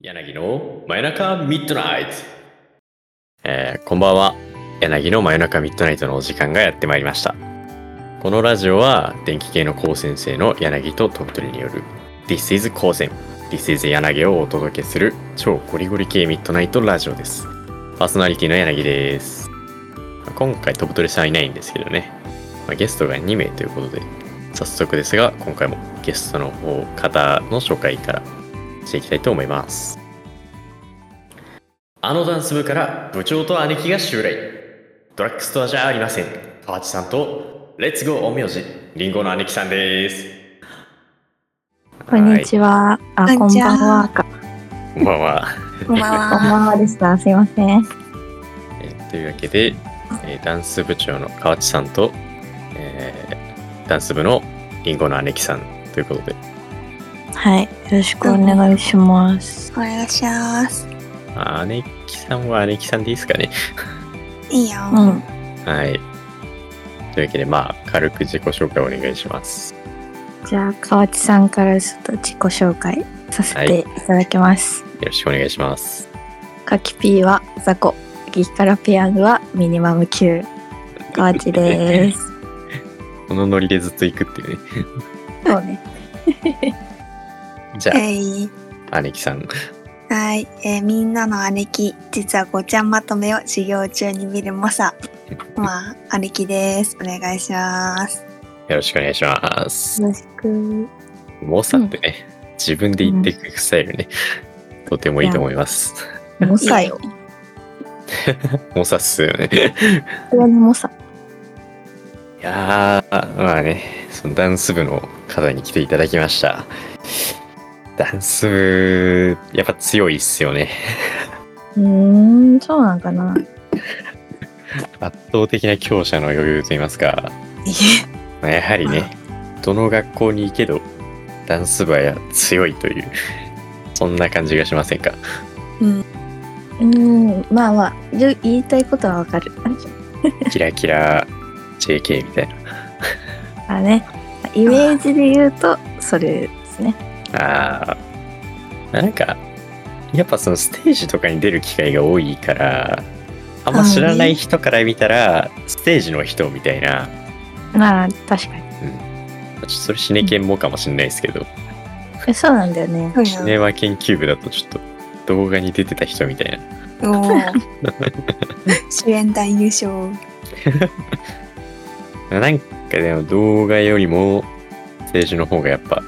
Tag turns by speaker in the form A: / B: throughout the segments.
A: 柳の真夜中ミッドナイト、えーこんばんは柳の真夜中ミッドナイトのお時間がやってまいりましたこのラジオは電気系の高専生の柳と飛び鳥による This is 高専 This is 柳をお届けする超ゴリゴリ系ミッドナイトラジオですパーソナリティの柳です今回飛び鳥さんいないんですけどね、まあゲストが2名ということで早速ですが今回もゲストの方方の紹介からしていきたいと思いますあのダンス部から部長と姉貴が襲来ドラッグストアじゃありません河内さんとレッツゴー陰陽師リンゴの姉貴さんです
B: こんにちは。あ、
C: こ
B: こん
C: んにちは
B: ばんはか。
A: はいこんばんは
C: こ
B: こ
C: んばん
B: んば
C: は。
B: んはでした。すいません。
A: えーというわけで、えーダンス部長の河内さんと、えーダンス部のリンゴの姉貴さんということで
B: はい。よろしくお願いします。
C: お願いします。
A: あ姉貴さんは姉貴さんでいいですかね
C: いいよ。
B: うん。は
A: はいというわけでまあ軽く自己紹介お願いします
B: いじゃあ、河内さんからちょっと自己紹介させていただきます。
A: よろしくお願いします。
B: カキピーはザコ、激辛ペヤングはミニマム級。河内 です。
A: このノリでずっと行くっていうね。
B: そうね。
A: じゃ
C: はい。
A: あ、姉貴さん。
C: はい。えーみんなの姉貴。実はごちゃんまとめを授業中に見る猛者。まあ、姉貴です。お願いします。
A: よろしくお願いします。
B: よろしく。
A: モサってね、自分で言っていくスタイルね、とてもいいと思います。
B: モサよ。
A: モサっすよね。
B: さすがにモサ。
A: いやー、まあね、そのダンス部の方に来ていただきました。ダンス部、やっぱ強いっすよね。
B: うーん、そうなんかな。
A: 圧倒的な強者の余裕と言いますか、まあやはりね、どの学校に行けど、ダンス部は強いという、そんな感じがしませんか。
B: うーん、まあまあ、言う言いたいことはわかる。
A: キラキラ JK みたい
B: あね、イメージで言うと、それですね。
A: な。あーなんか、やっぱそのステージとかに出る機会が多いから、あんま知らない人から見たら、ステージの人みたいな、
B: まあ、確かに。
A: ちょっとそれシネ研もかもしれないですけど、
B: えそうなんだよね。
C: そう
A: シネマ研究部だとちょっと動画に出てた人みたいな。
C: おー主演団優勝。
A: なんかでも動画よりもステージの方がやっぱ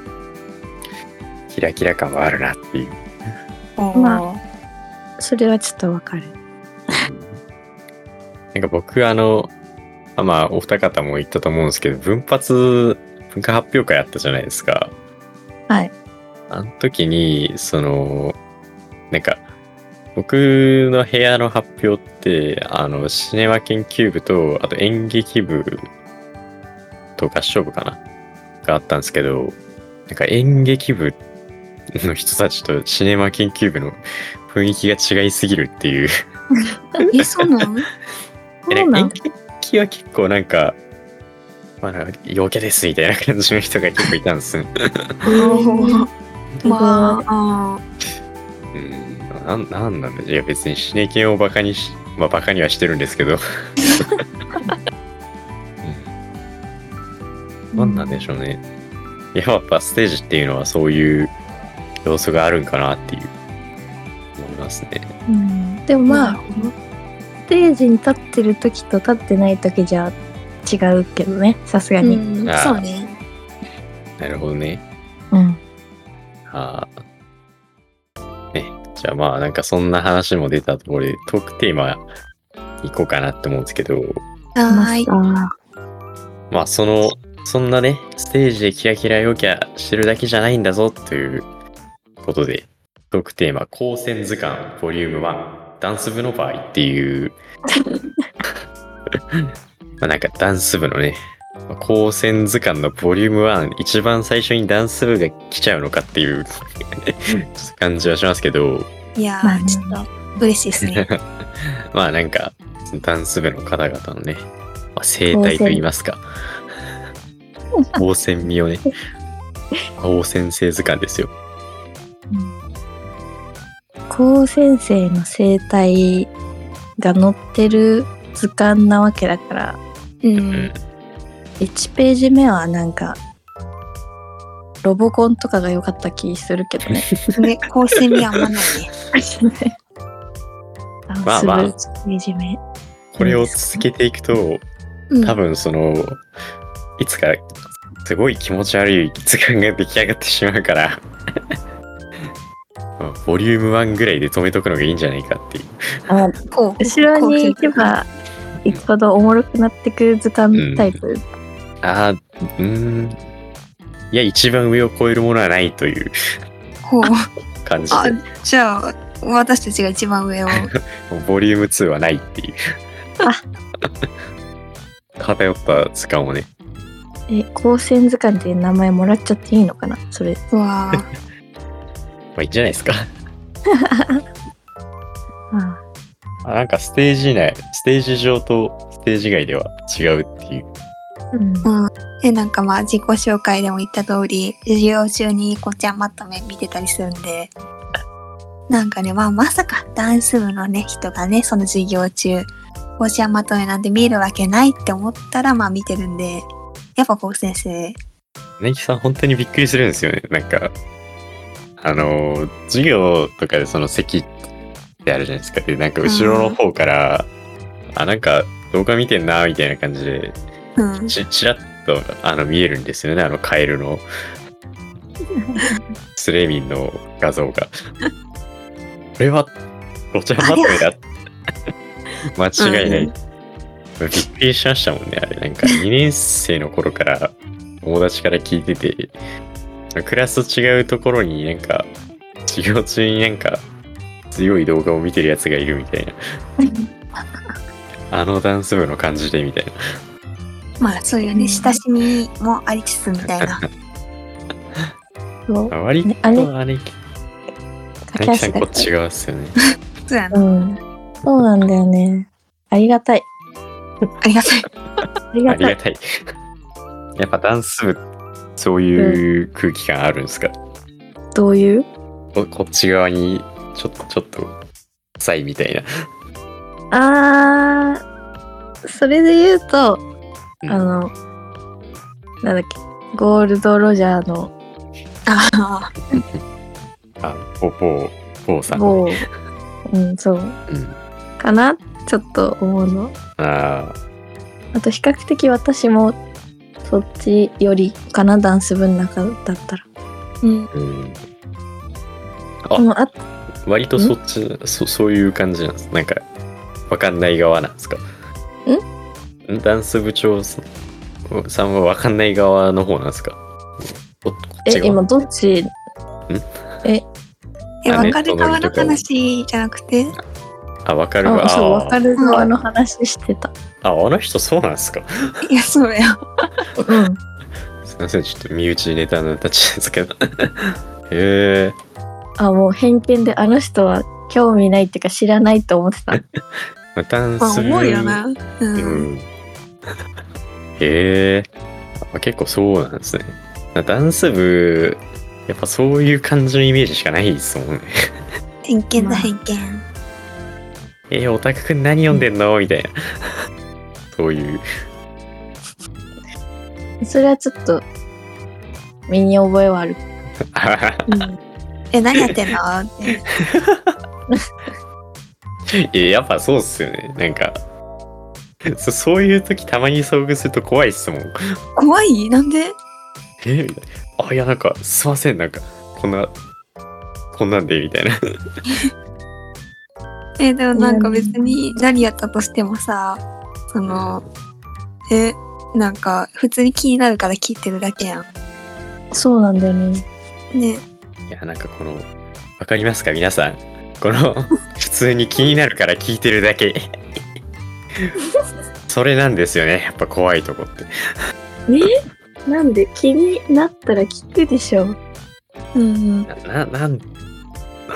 A: キラキラ感はあるなっていう。
C: おー
B: まそれはちょっとわかる。
A: なんか僕あの、あまあお二方も言ったと思うんですけど、分発、文化発表会あったじゃないですか。
B: はい。
A: あの時に、その、なんか、僕の部屋の発表って、あの、シネマ研究部と、あと演劇部と合唱部かながあったんですけど、なんか演劇部の人たちとシネマ研究部の雰囲気が違いすぎるっていう
C: え、そうなの
A: え
B: そ
A: な
B: うなんん
A: か演劇は結構なんか、まあ、なんか陽キャですみたいな感じの人が結構いたん です。うん、
C: おーま
B: あ、
C: あ、
A: なんなんなんだいや別に死ね系をバカにし、まあバカにはしてるんですけ ど、なんなんでしょうね。いややっぱステージっていうのはそういう要素があるんかなっていう思いますね。
B: うんでもまあ、ステージに立ってる時と立ってない時じゃ違うけどね、さすが
C: う
B: に。
C: ん、
A: あー
C: そうね。
A: なるほどね。
B: うん。
A: はあ。ね、じゃあまあなんかそんな話も出たところでトークテーマ行こうかなって思うんですけど、
C: はーい。
B: あ
A: まあその、そんなね、ステージでキラキラ陽キャしてるだけじゃないんだぞということで、トークテーマ、高専図鑑ボリューム1、ダンス部の場合っていう、まあなんかダンス部のね、まあ高専図鑑のボリューム1、一番最初にダンス部が来ちゃうのかっていう ちょっと感じはしますけど、
C: いや
B: まあね
C: ー、ちょっと嬉しいですね。
A: まあなんか、ダンス部の方々のね、まあ、生態といいます か、応戦味をね、応戦生図鑑ですよ。
B: あ。高先生の生態が載ってる図鑑なわけだから
C: う
A: うん ん。
B: 1ページ目はなんかロボコンとかが良かった気するけどね。
C: ね、香水にあんまないね。
A: まあまあ
B: ダンス部1ページ目。
A: これを続けていくと
C: うん
A: 多分そのいつかすごい気持ち悪い図鑑が出来上がってしまうから まあボリューム1ぐらいで止めとくのがいいんじゃないかっていう
B: あ
C: こう。
B: 後ろに行けば行くほどおもろくなってくる図鑑タイプ。
A: あーうーんいや一番上を超えるものはないという
C: こう。
A: 感じ
C: あ
A: で、
C: じゃあ、私たちが一番上を。
A: もうボリューム2はないっていう 偏った図鑑をね
B: え、高専図鑑っていう名前もらっちゃっていいのかなそ れ。
C: うわあ。
A: まあいいんじゃないですか
B: あ
A: あなんかステージ内ステージ上とステージ外では違うっていう
B: あうん
C: え、なんかまあ、自己紹介でも言った通り、授業中にこうちゃんまとめ見てたりするんで、なんかね、まあ、まさかダンス部のね、人がね、その授業中、こうちゃんまとめなんて見るわけないって思ったら、まあ、見てるんで、やっぱこう先生、
A: ネギさん本当にびっくりするんですよねなんかあのー授業とかでその席ってあるじゃないですかでなんか後ろの方から、あなんか動画見てんなみたいな感じで
C: うん、
A: ちちらっとあの見えるんですよねあのカエルのスレミンの画像がこれはごちゃまとめだ間違いない、
C: うん
A: びっくりしましたもんねあれなんか2年生の頃から友達から聞いててクラスと違うところになんか授業中になんか強い動画を見てるやつがいるみた いなあのダンス部の感じでみたいな
C: まあ、そういう
B: うん
C: ね、親しみもありつつみたいな。
B: そう。
A: 割
B: ねあれ
A: とあれ
B: 駆け
A: さ
B: 足
A: ん
B: だ
A: こ
B: っ
A: ったち側っすよね。
C: そうや
B: う
C: な。
B: ん。そうなんだよね。ありがたい。
C: ありがたい。
B: あり
A: あ
B: が
A: り
B: た
A: が
B: い。
A: たい。やっぱダンス部、そういう空気感あるんですか、
B: どういう
A: ここっち側に、ちょっと、ちょっと、臭いみたいな。
B: あー、それで言うと、
A: うん
B: あの、なんだっけ、ゴールド・ロジャーの
C: ああ、
A: あ、ぼ、ぼ、ぼうさん。
B: 某、うん、そう、
A: うん。
B: かなちょっと思うの。
A: ああ、
B: あと、比較的私も、そっちよりかな、ダンス部の中だったら。
C: うん。
A: うん。あ
B: うん、あ
A: 割とそっち、そ、そういう感じなんです。なんか、わかんない側なんですかんダンス部長さんさんはわかんない側の方なんですかここっ
B: え
A: ち、側
B: 今、どっち
C: え、
A: あね
C: 別れ側の話じゃなくて、
A: あ、わかるわ。
B: あ、そう、
A: あー
B: わかる側の話してた。
A: あ、あの人そうなんですか
C: いや、そうや。
B: うん。
A: すいません、ちょっと身内ネタになっちゃうんですけど。 へえ。
B: あ、もう偏見で、あの人は興味ないっていうか、知らないと 思ってた。
A: まあダン
C: まあ、
A: ス。
C: 思うよな。う。
A: うんん。 へえ。まあ結構そうなんですね。ダンス部、やっぱそういう感じのイメージしかないですもんね。
C: 偏見だ、偏見。
A: えー、オタクくん何読んでんのみたいな。 そういう。
B: それはちょっと、身に覚えはある。
C: え、何やってんのって。
A: いややっぱそうっすよね。なんか。 そそういう時たまに遭遇すると怖いっすもん。
C: 怖いなんで
A: えみたいな。あ、いや、なんか、すいません、なんか、こんな、こんなんで、みたいな。
C: え、でもなんか別に何やったとしてもさ、その、え、なんか普通に気になるから聞いてるだけや
B: そうなんだよね。
C: ん。ね。
A: いや、なんかこの、わかりますか、皆さん。この、普通に気になるから聞いてるだけ。それなんですよね、やっぱ怖いとこって。
B: えなんで気になったら聞くでしょ。
C: うん。
A: な、ななん、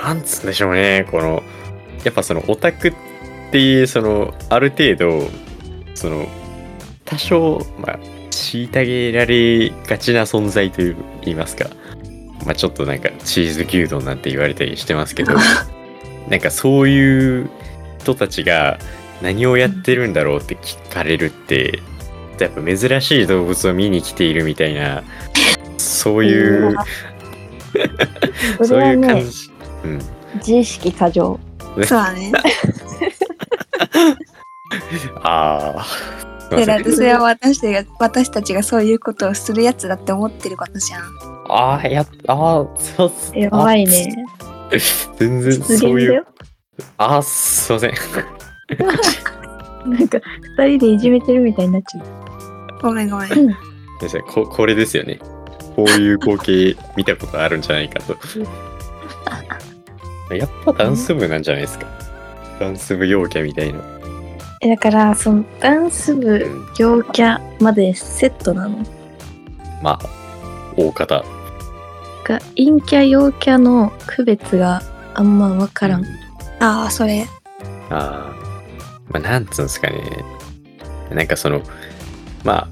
A: なんつうんでしょうね、この、やっぱその、オタクっていう、その、ある程度、その、多少、まあ、虐げられがちな存在という言いますか、まあ、ちょっとなんか、チーズ牛丼なんて言われたりしてますけど、なんかそういう人たちが何をやってるんだろうって聞かれるって、やっぱ珍しい動物を見に来ているみたいな、そういう、
B: そ
A: そう
B: れは
A: いう感
B: ね、
A: じ。うん。
B: 自意識過剰。
C: そうだね。
A: ああ。すいません
C: で、だって それは私たちが、私たちがそういうことをするやつだって思ってることじゃん。
A: ああ、やっ、ああ、そうす
B: やばいね。
A: あ全然
B: 失
A: そう
B: 言だ
A: いう
B: よ。。
A: ああ、すいません。
B: なんか、二人でいじめてるみたいになっちゃう。
C: ごめんごめん。
A: 先生ここれですよねこういう光景見たことあ るんじゃないかとやっぱダンス部なんじゃないですかダンス部陽キャみたいな
B: え、だから、その、ダンス部、陽キャまでセットなの
A: まあ大方
B: が、陰キャ、陽キャの区別があんまわからん。
C: ああ、それ。
A: あーまあなんつうんですかねなんかそのまあ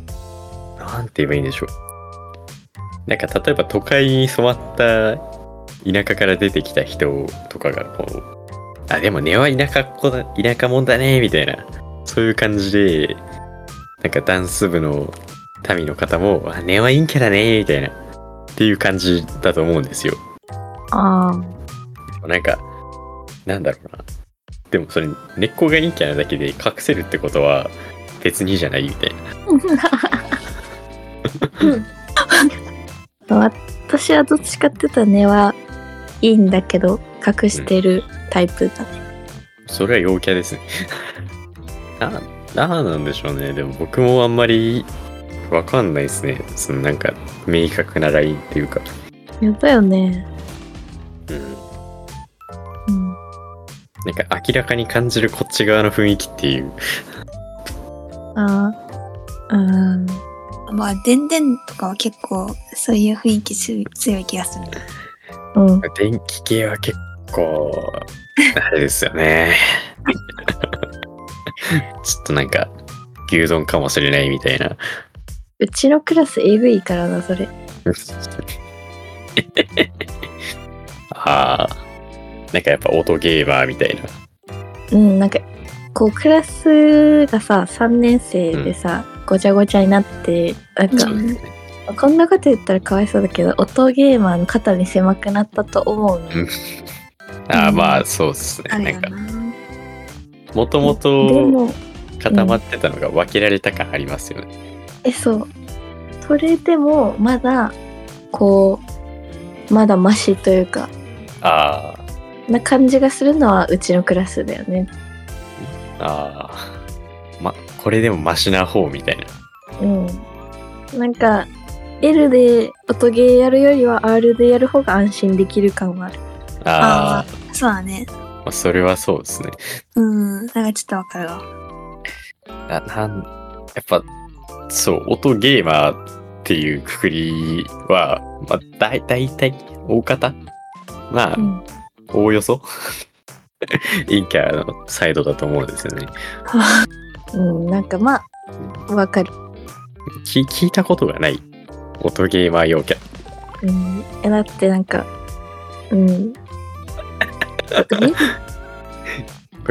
A: なんて言えばいいんでしょうなんか例えば都会に染まった田舎から出てきた人とかがこうあでも根は田舎っ子だ田舎もんだねみたいなそういう感じでなんかダンス部の民の方もあ根は陰キャだねみたいなっていう感じだと思うんですよ
B: あ
A: なんか、なんだろうな。でもそれ、根っこが陰キャなだけで隠せるってことは、別にいいじゃないみたいな。
B: あ。 私はどっちかって言ったら根はいいんだけど、隠してるタイプだね。
A: それは陽キャですね。 な、なんなんでしょうね。でも僕もあんまり、わかんないですね。そのなんか、明確なラインっていうか。
B: やだよね。
A: うん。
B: うん。
A: なんか明らかに感じるこっち側の雰囲気っていう。
B: ああ。うん。
C: まあ、でんでんとかは結構、そういう雰囲気強い強い気がする。
B: うん。
A: 電気系は結構、あれですよね。 ちょっとなんか、牛丼かもしれないみたいな。
B: うちのクラスえぐいからな、それ。
A: ああ、なんかやっぱ音ゲーマーみたいな。
B: うん、なんか、こう、クラスがさ、3年生でさ、ごちゃごちゃになって、なんか、
C: うん
B: こんなこと言ったらかわいそうだけど、音ゲーマーの肩に狭くなったと思うの。
A: うんああ、まあそうです
C: あ
A: ね。
C: れ
A: なん
C: や
A: か、
C: な。
A: もとも
B: で
A: と
B: も、
A: 固まってたのが分けられた感ありますよね。
B: え、そう。それでも、まだ、こう、まだマシというか、
A: ああ、
B: な感じがするのはうちのクラスだよね。
A: ああ。ま、これでもマシな方みたいな。
B: うん。なんか、L で音ゲーやるよりは R でやる方が安心できる感はある。
A: ああ、
C: そうだね。
A: まあ、それはそうですね。
C: うん。なんかちょっとわかるわ。
A: な、なん、やっぱ、そう、音ゲーマーっていうくくりは、まあ、だい、だいたい、大方まあ、
B: うん。
A: おおよそ陰キャのサイドだと思うんですよね。
B: うん、なんかまあ、わかる。
A: 聞聞いたことがない音ゲーマー陽キャ。
B: うん。え、だってなんか、うん。
A: こ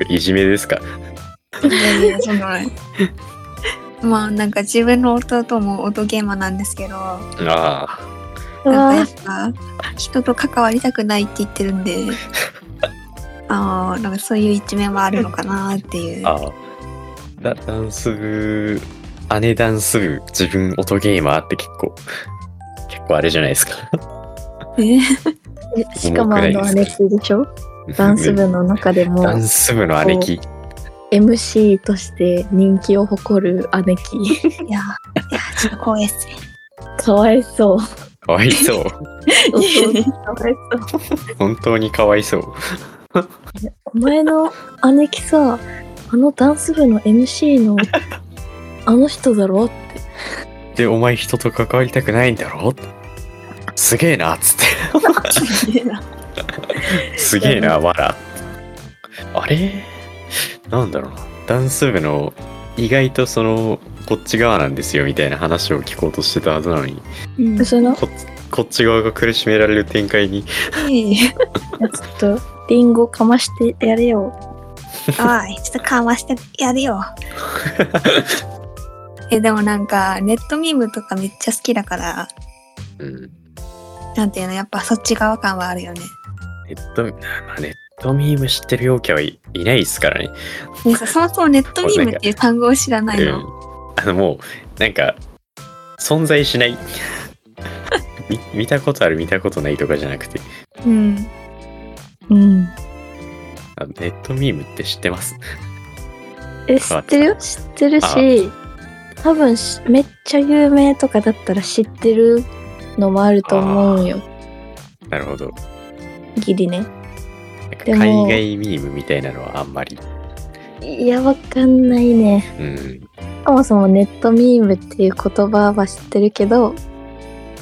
A: れいじめですか
C: いやいやそんなのまあ、なんか自分の弟も音ゲーマーなんですけど、
A: あ
C: なんかやっぱ、人と関わりたくないって言ってるんで、ああ、なんかそういう一面はあるのかなってい
A: あ、
C: う。
A: ああ。だダンス部、姉ダンス部、自分音ゲーマーって結構、結構あれじゃないですか。
C: え
B: えしかもあ
A: 重くな
B: の、
A: い
B: 姉
A: です
B: 貴でしょダンス部
A: ね
B: の中で も
A: ダ、ンス部の姉貴。
B: MC として人気を誇る姉 貴。
C: いや、いや、ちょっと光栄っすね。
B: かわいそう。
A: かわい そう。
B: 弟かわいそう。
A: 本当にかわいそう。
B: お前の姉貴さ、あのダンス部の MC の、あの人だろって。
A: で、お前人と関わりたくないんだろすげえな、つって。すげえな、わら。あれなんだろうな。ダンス部の意外とその、こっち側なんですよみたいな話を聞こうとしてたはずなのに、
C: うん
B: その、
A: こっちこっち側が苦しめられる展開に、
C: いい
B: ちょっと、リンゴかましてやれよ。
C: おい、ちょっと緩和してやるよ。え、でもなんか、ネットミームとかめっちゃ好きだから、
A: うん。
C: なんていうの、やっぱそっち側感はあるよね。
A: ネット、まあ、ネットミーム知ってる陽キャはいいないですからね。
C: ねそそもそもネットミームっていう単語を知らない
A: うん
C: の。。
A: あの、もう、なんか、存在しない。み見たことある見たことないとかじゃなくて
C: うん。
B: うん。
A: あネットミームって知ってます
B: え、知ってるよ知ってるし、多分しめっちゃ有名とかだったら知ってるのもあると思うよ。
A: なるほど
B: ギリね。
A: なんか
B: で
A: 海
B: も
A: 外ミームみたいなのはあんまり
B: いや、わかんないね。
A: うん
B: そもそもネットミームっていう言葉は知ってるけど、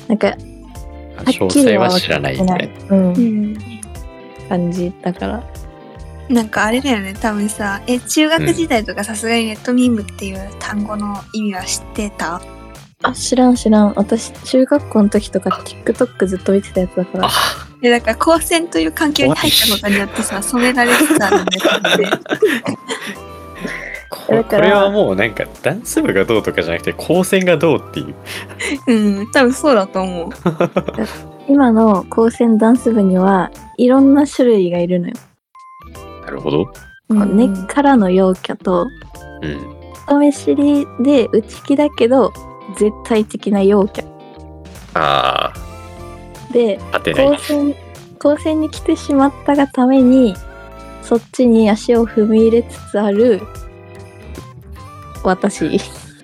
B: なんか、
A: あ
B: は
A: 詳
B: っきり
A: 細
B: は
A: は
B: 分
A: 知
B: からっ
A: な
B: て
A: いみ
B: な
A: たい
B: い
A: な。
B: うん
C: うん。
B: 感じだから。
C: なんかあれだよね、多分さ、え、中学時代とかさすがにネットミームっていう単語の意味は知ってた
B: あ、知らん知らん。私、中学校の時とか TikTok ずっと見てたやつだから。
A: あ
C: え、だから高専という環境に入ったことによって さ、染められつつあるんだ よね。
A: こ
B: だ
A: こ
B: から
A: れはもうなんかダンス部がどうとかじゃなくて光線がどうっていう
C: うん、多分そうだと思う。
B: 今の高専ダンス部にはいろんな種類がいるのよ。
A: なるほど
B: こう根
C: う
B: っ
C: ん
B: からの陽キャと、
A: うん
B: 人見知りで内気だけど、絶対的な陽キャ。
A: ああ
B: で、
A: 当てない
B: 高専、高専に来てしまったがために、そっちに足を踏み入れつつある、 私。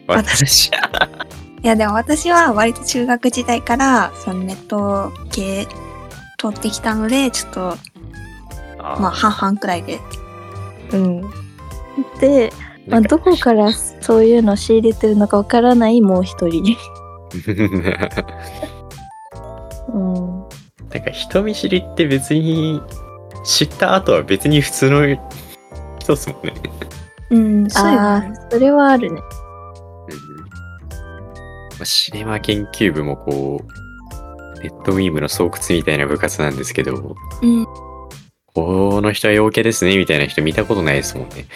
A: 私
C: いやでも私は割と中学時代からそのネット系取ってきたのでちょっとまあ
A: あ
C: 半々くらいで
B: うん。で、まあ、どこからそういうのを仕入れてるのかわからないもう一人、
A: ら
B: うん、
A: なんか人見知りって別に知った後は別に普通の人っすもんね。
C: うんそうよ
B: あ
C: ね
B: それはあるね
A: まあシネマ研究部もこう、ネットミームの巣窟みたいな部活なんですけど、
C: うん
A: この人は陽キャですねみたいな人見たことないですもんね。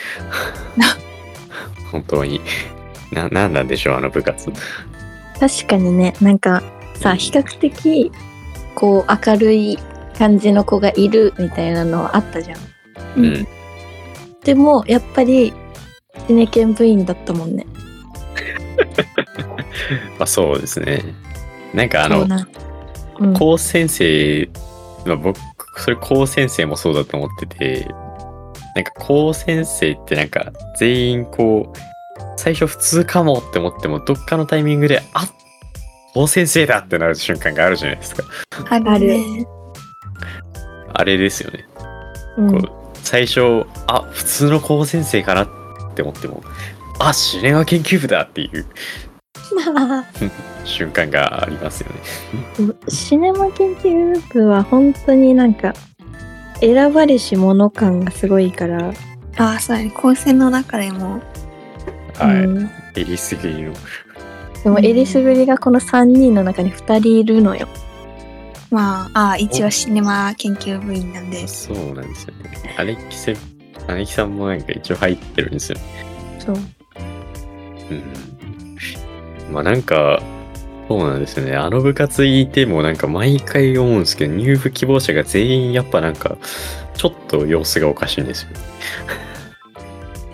A: 本当に。な、なんなんでしょうあの部活。
B: 確かにねなんかさ比較的こう明るい感じの子がいるみたいなのはあったじゃん
A: うん。
B: でもやっぱりシネ研部員だったもんね
A: まあそうですね。なんかあ
B: そ
A: の
B: う、なうん
A: 高先生、まあ、僕それ高先生もそうだと思っててなんか高先生ってなんか全員こう最初普通かもって思ってもどっかのタイミングであ高先生だってなる瞬間があるじゃないですか
C: ある
B: ある
C: ね
A: あれですよね
B: うん
A: こ最初あ普通の高先生かなって思ってもあシネマ研究部だっていう瞬間がありますよね
B: シネマ研究部は本当になんか選ばれし者感がすごいから、
C: ああそうやね高専の中でも
A: はい、
B: うん
A: えりすぎりの
B: でもエリスグリがこの3人の中に2人いるのよ。
C: まあああ一応シネマ研究部員なんで
A: そうなんですよね。アレキセ、アレキさんもなんか一応入ってるんですよ。
B: そう。
A: うん。まあなんか、そうなんですよね。あの部活いてもなんか毎回思うんですけど、入部希望者が全員やっぱなんか、ちょっと様子がおかしいんですよ。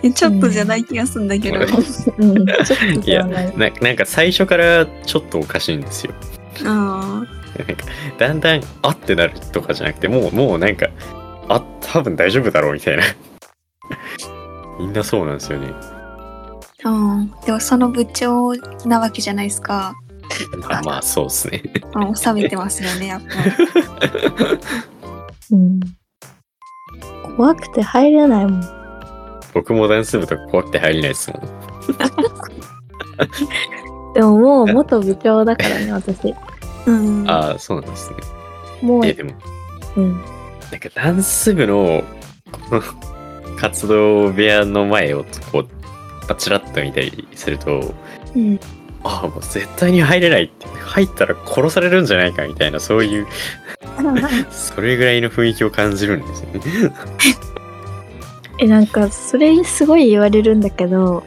C: えちょっとじゃない気がするんだけど
A: うん
B: うん、ちょっとではない。
A: ななんか最初からちょっとおかしいんですよ。
C: うん
A: なんか、だんだん、あってなるとかじゃなくて、もう、もうなんか、あ、多分大丈夫だろうみたいな。 みんなそうなんですよね。
C: うんでもその部長なわけじゃないですか
A: まあまあ、そうですね。
C: うん収めてますよねやっぱ
B: うん、怖くて入れないもん。
A: 僕もダンス部とか怖くて入れないですもん。
B: でももう元部長だからね、私。
C: うん
A: ああ、そうなんですね。
B: もう
A: え、、でも、
B: うん。
A: なんかダンス部の、 この活動部屋の前を、こう、パチラッと見たりすると、
C: うん
A: ああもう絶対に入れないって入ったら殺されるんじゃないかみたいなそういうそれぐらいの雰囲気を感じるんですよね。
B: えなんかそれすごい言われるんだけど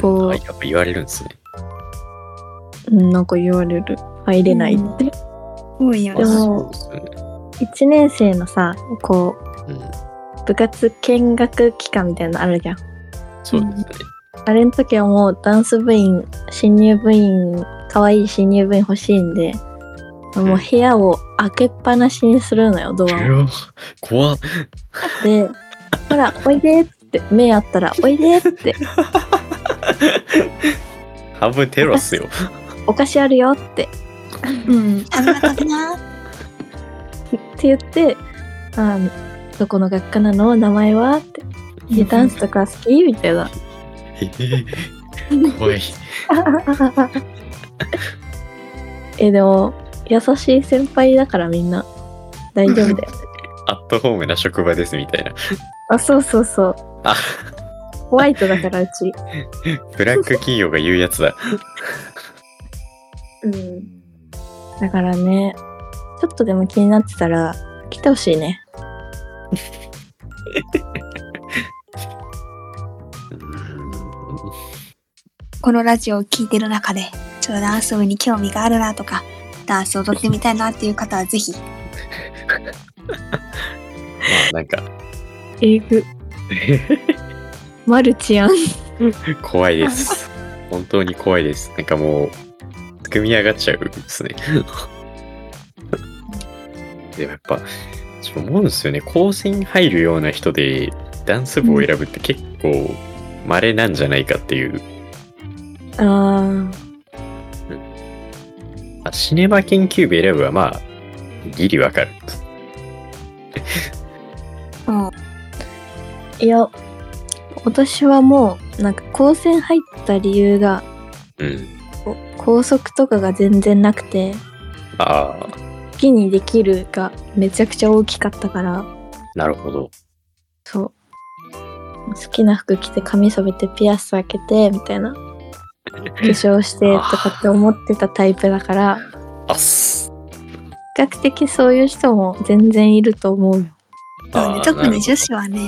B: こう
A: あやっぱ言われるんですね。
B: うんなんか言われる入れないって、
C: 多いよ
B: で
C: ね。
B: も
A: あそうですよね
B: 1年生のさこ
A: うん
B: う部活見学期間みたいなのあるじゃん
A: そうですね。
B: あれの時はもうダンス部員新入部員可愛い新入部員欲しいんでもう部屋を開けっぱなしにするのよドアを
A: うわ怖っ
B: で「ほらおいで」って目あったら「おいで」って
A: 半分テロっす よ。
B: 「お菓子あるよ」って
C: うん。あなただな。
B: って言って「あどこの学科なの名前は?」ってで「ダンスとか好き?」みたいな
A: えー怖い。
B: えでも優しい先輩だからみんな大丈夫だよ
A: アットホームな職場ですみたいな。
B: あそうそうそう
A: あ
B: ホワイトだからうち
A: ブラック企業が言うやつだ。
B: うんだからねちょっとでも気になってたら来てほしいね
C: このラジオを聞いてる中で、ちょっとダンス部に興味があるなとか、ダンス踊ってみたいなっていう方はぜひ。
A: まあなんか
B: えぐマルチやん
A: 怖いです。本当に怖いです。なんかもう、組み上がっちゃうんですね。 でもやっぱ、ちょっと思うんですよね。高専に入るような人でダンス部を選ぶって結構稀なんじゃないかっていう。
B: あ
A: あシネマ研究部選ぶはまあ、ギリわかる。
C: うん。
B: ーいや私はもうなんか高専入った理由が
A: うん。
B: こ校則とかが全然なくて
A: ああ、
B: 好きにできるがめちゃくちゃ大きかったから
A: なるほど。
B: そう好きな服着て髪染めてピアス開けてみたいな化粧 してとかって思ってたタイプだから
A: あっす。
B: 比較的そういう人も全然いると思うよ
C: そう
A: あ
C: ね、
A: ー
C: 特に女子はね、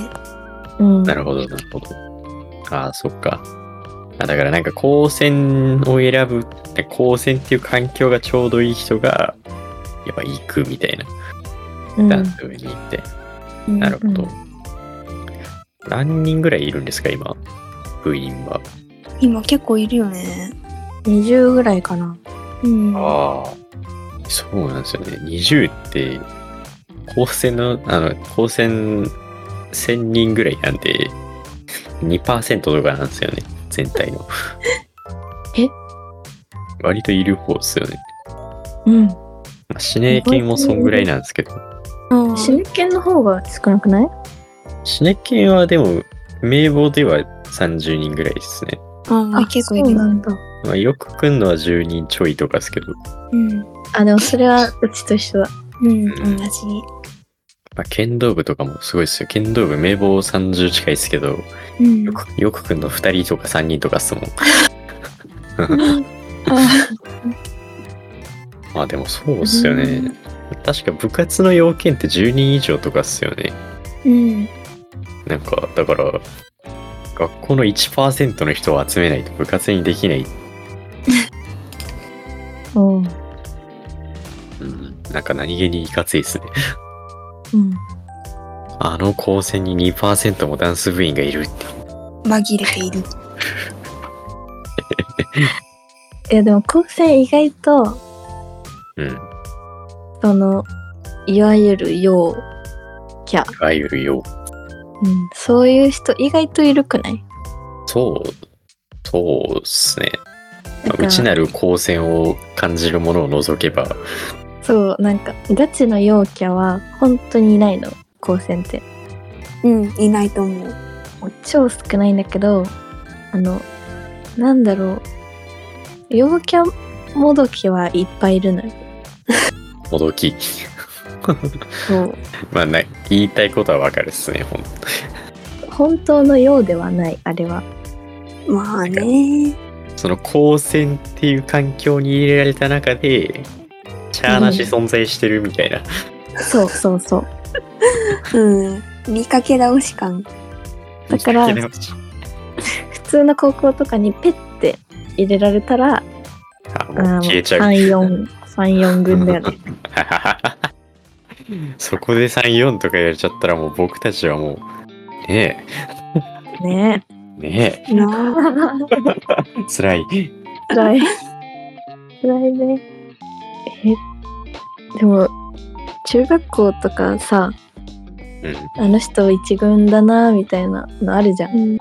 B: うん
A: なるほど、なるほど。ああ、そっか。あだからなんか高専を選ぶ、高専っていう環境がちょうどいい人が、やっぱ行くみたいな。
B: うん
A: ダンス部に行って。
C: うん
A: なるほ
B: う
A: ど
B: ん。
A: 何人ぐらいいるんですか、今。部員は。
C: 今結構いるよね。
B: 20ぐらいかな
C: うん。
A: ああ。そうなんですよね。20って、高専の、あの、高専1000人ぐらいなんで、2%とかなんですよね。全体の。
B: え
A: 割といる方ですよね。
B: うん
A: まあ、シネ研もそんぐらいなんですけど、
C: うん
B: シネケンの方が少なくない
A: シネ研はでも、名簿では30人ぐらいですね。
C: うん結構い
B: そ
C: る
B: う
C: よ
B: な。んだ
A: まあ、よく来んのは10人ちょいとかですけど、
C: うん。
B: あでもそれはうちと一緒だ
C: うん、
A: うん
C: 同じ。
A: まあ、剣道部とかもすごいですよ。剣道部名簿30近いですけど、
C: うん
A: よく、よくくんの2人とか3人とかっすもん。まあでもそうっすよね。
C: うん
A: 確か部活の要件って10人以上とかっすよね。
C: うん。
A: なんか、だから、学校の1%の人を集めないと部活にできない。
B: うんうん
A: うん、なんか何気にいかついですね。あの高専に2%もダンス部員がいるって。
C: 紛れている。
B: いやでも高専意外と
A: うん。い
B: そのいわゆる陽キャ、
A: わゆるよ。
B: うん、そういう人意外といるくない
A: そう、そうっすね。ま
B: なん
A: あ
B: か
A: 内なる光線を感じるものを除けば、
B: そうなんかガチの陽キャは本当にいないの高専って
C: うん、いないと思う。
B: もう超少ないんだけどあのなんだろう陽キャもどきはいっぱいいるのよ
A: もどき。
B: そう
A: まあな、言いたいことはわかるっすね、ほんと
B: 本当の陽ではないあれは
C: まあね。
A: その高専っていう環境に入れられた中でチャーなし存在してるみたいな、
B: そうそうそう。
C: うん。見かけ倒し感。
B: だから
A: 見け
B: 普通の高校とかにペッて入れられたら、
A: あも
B: あ
A: う
B: の
A: 消えちゃう
B: 3、4、3、4軍だよね。
A: そこで34とかやれちゃったらもう僕たちはもうね
B: ね
A: えね
C: なあ
A: え辛い
B: え。辛い。辛いね。え、でも、中学校とかさ、
A: うん
B: あの人一軍だな、みたいなのあるじゃん。
A: うん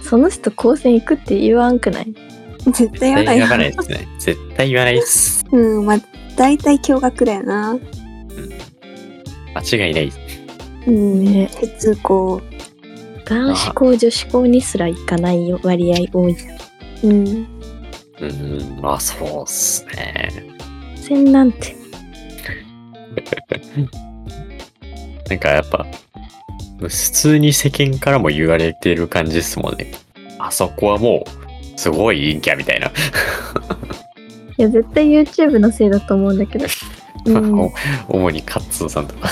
B: その人高専行くって言わんくない
C: 絶
A: 絶
C: 対やだ
A: 対言わない
C: よ。
A: ですね絶対言わないです
C: うん。まあ、大体驚愕だよな。
A: 間違いない
C: うん。
B: ね
C: 通行。
B: 男子校女子校にすら行かない割合多い。
C: うん。
A: うんまあそうっすね
B: 高専なんて。
A: なんかやっぱ普通に世間からも言われてる感じっすもんねあそこはもうすごい陰キャみたいな、
B: いや、絶対 YouTube のせいだと思うんだけど。
C: うん
A: お 主にカッツンさんと か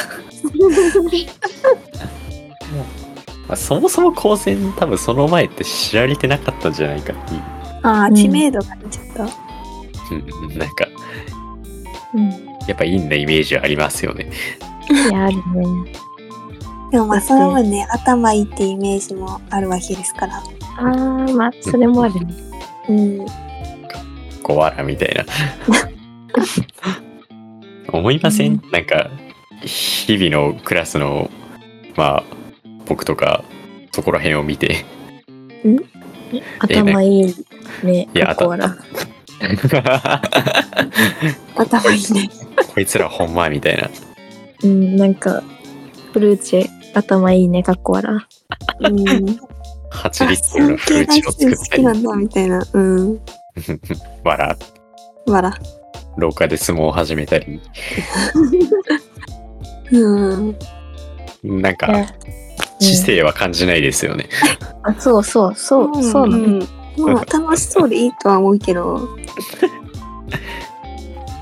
A: まあそもそも高専多分その前って知られてなかったんじゃないかっていう
C: ああ、
B: うん
C: 知名度がねちょっと。
A: うんなんか
B: うん。
A: やっぱ陰なイメージはありますよね
B: いや、あるね。
C: でもまあ、その分ね、頭いいってイメージもあるわけですから。
B: あー、まあ、それもあるね。
C: うん。
A: コアラみたいな思いません、
B: うん
A: なんか日々のクラスのまあ僕とかそこら辺を見て
B: 頭いいね。
A: いや
B: コアラ
A: 頭こ
C: 頭いいね。
A: いつらほんまみたいな
B: うん、なんか、フルーチェ、頭いいね、かっこ笑
C: うん。
A: 8リットルのフルーチを作っ
C: 好
A: た
C: きなん
A: り
C: だみたいな。うん。
A: 笑
C: わら。
A: 廊下で相撲を始めたり
C: うん。
A: なん
B: いや
A: か知性は感じないですよね、
B: あ、そうそう、そう、そうなの。
C: んまあ、楽しそうでいいとは思うけど。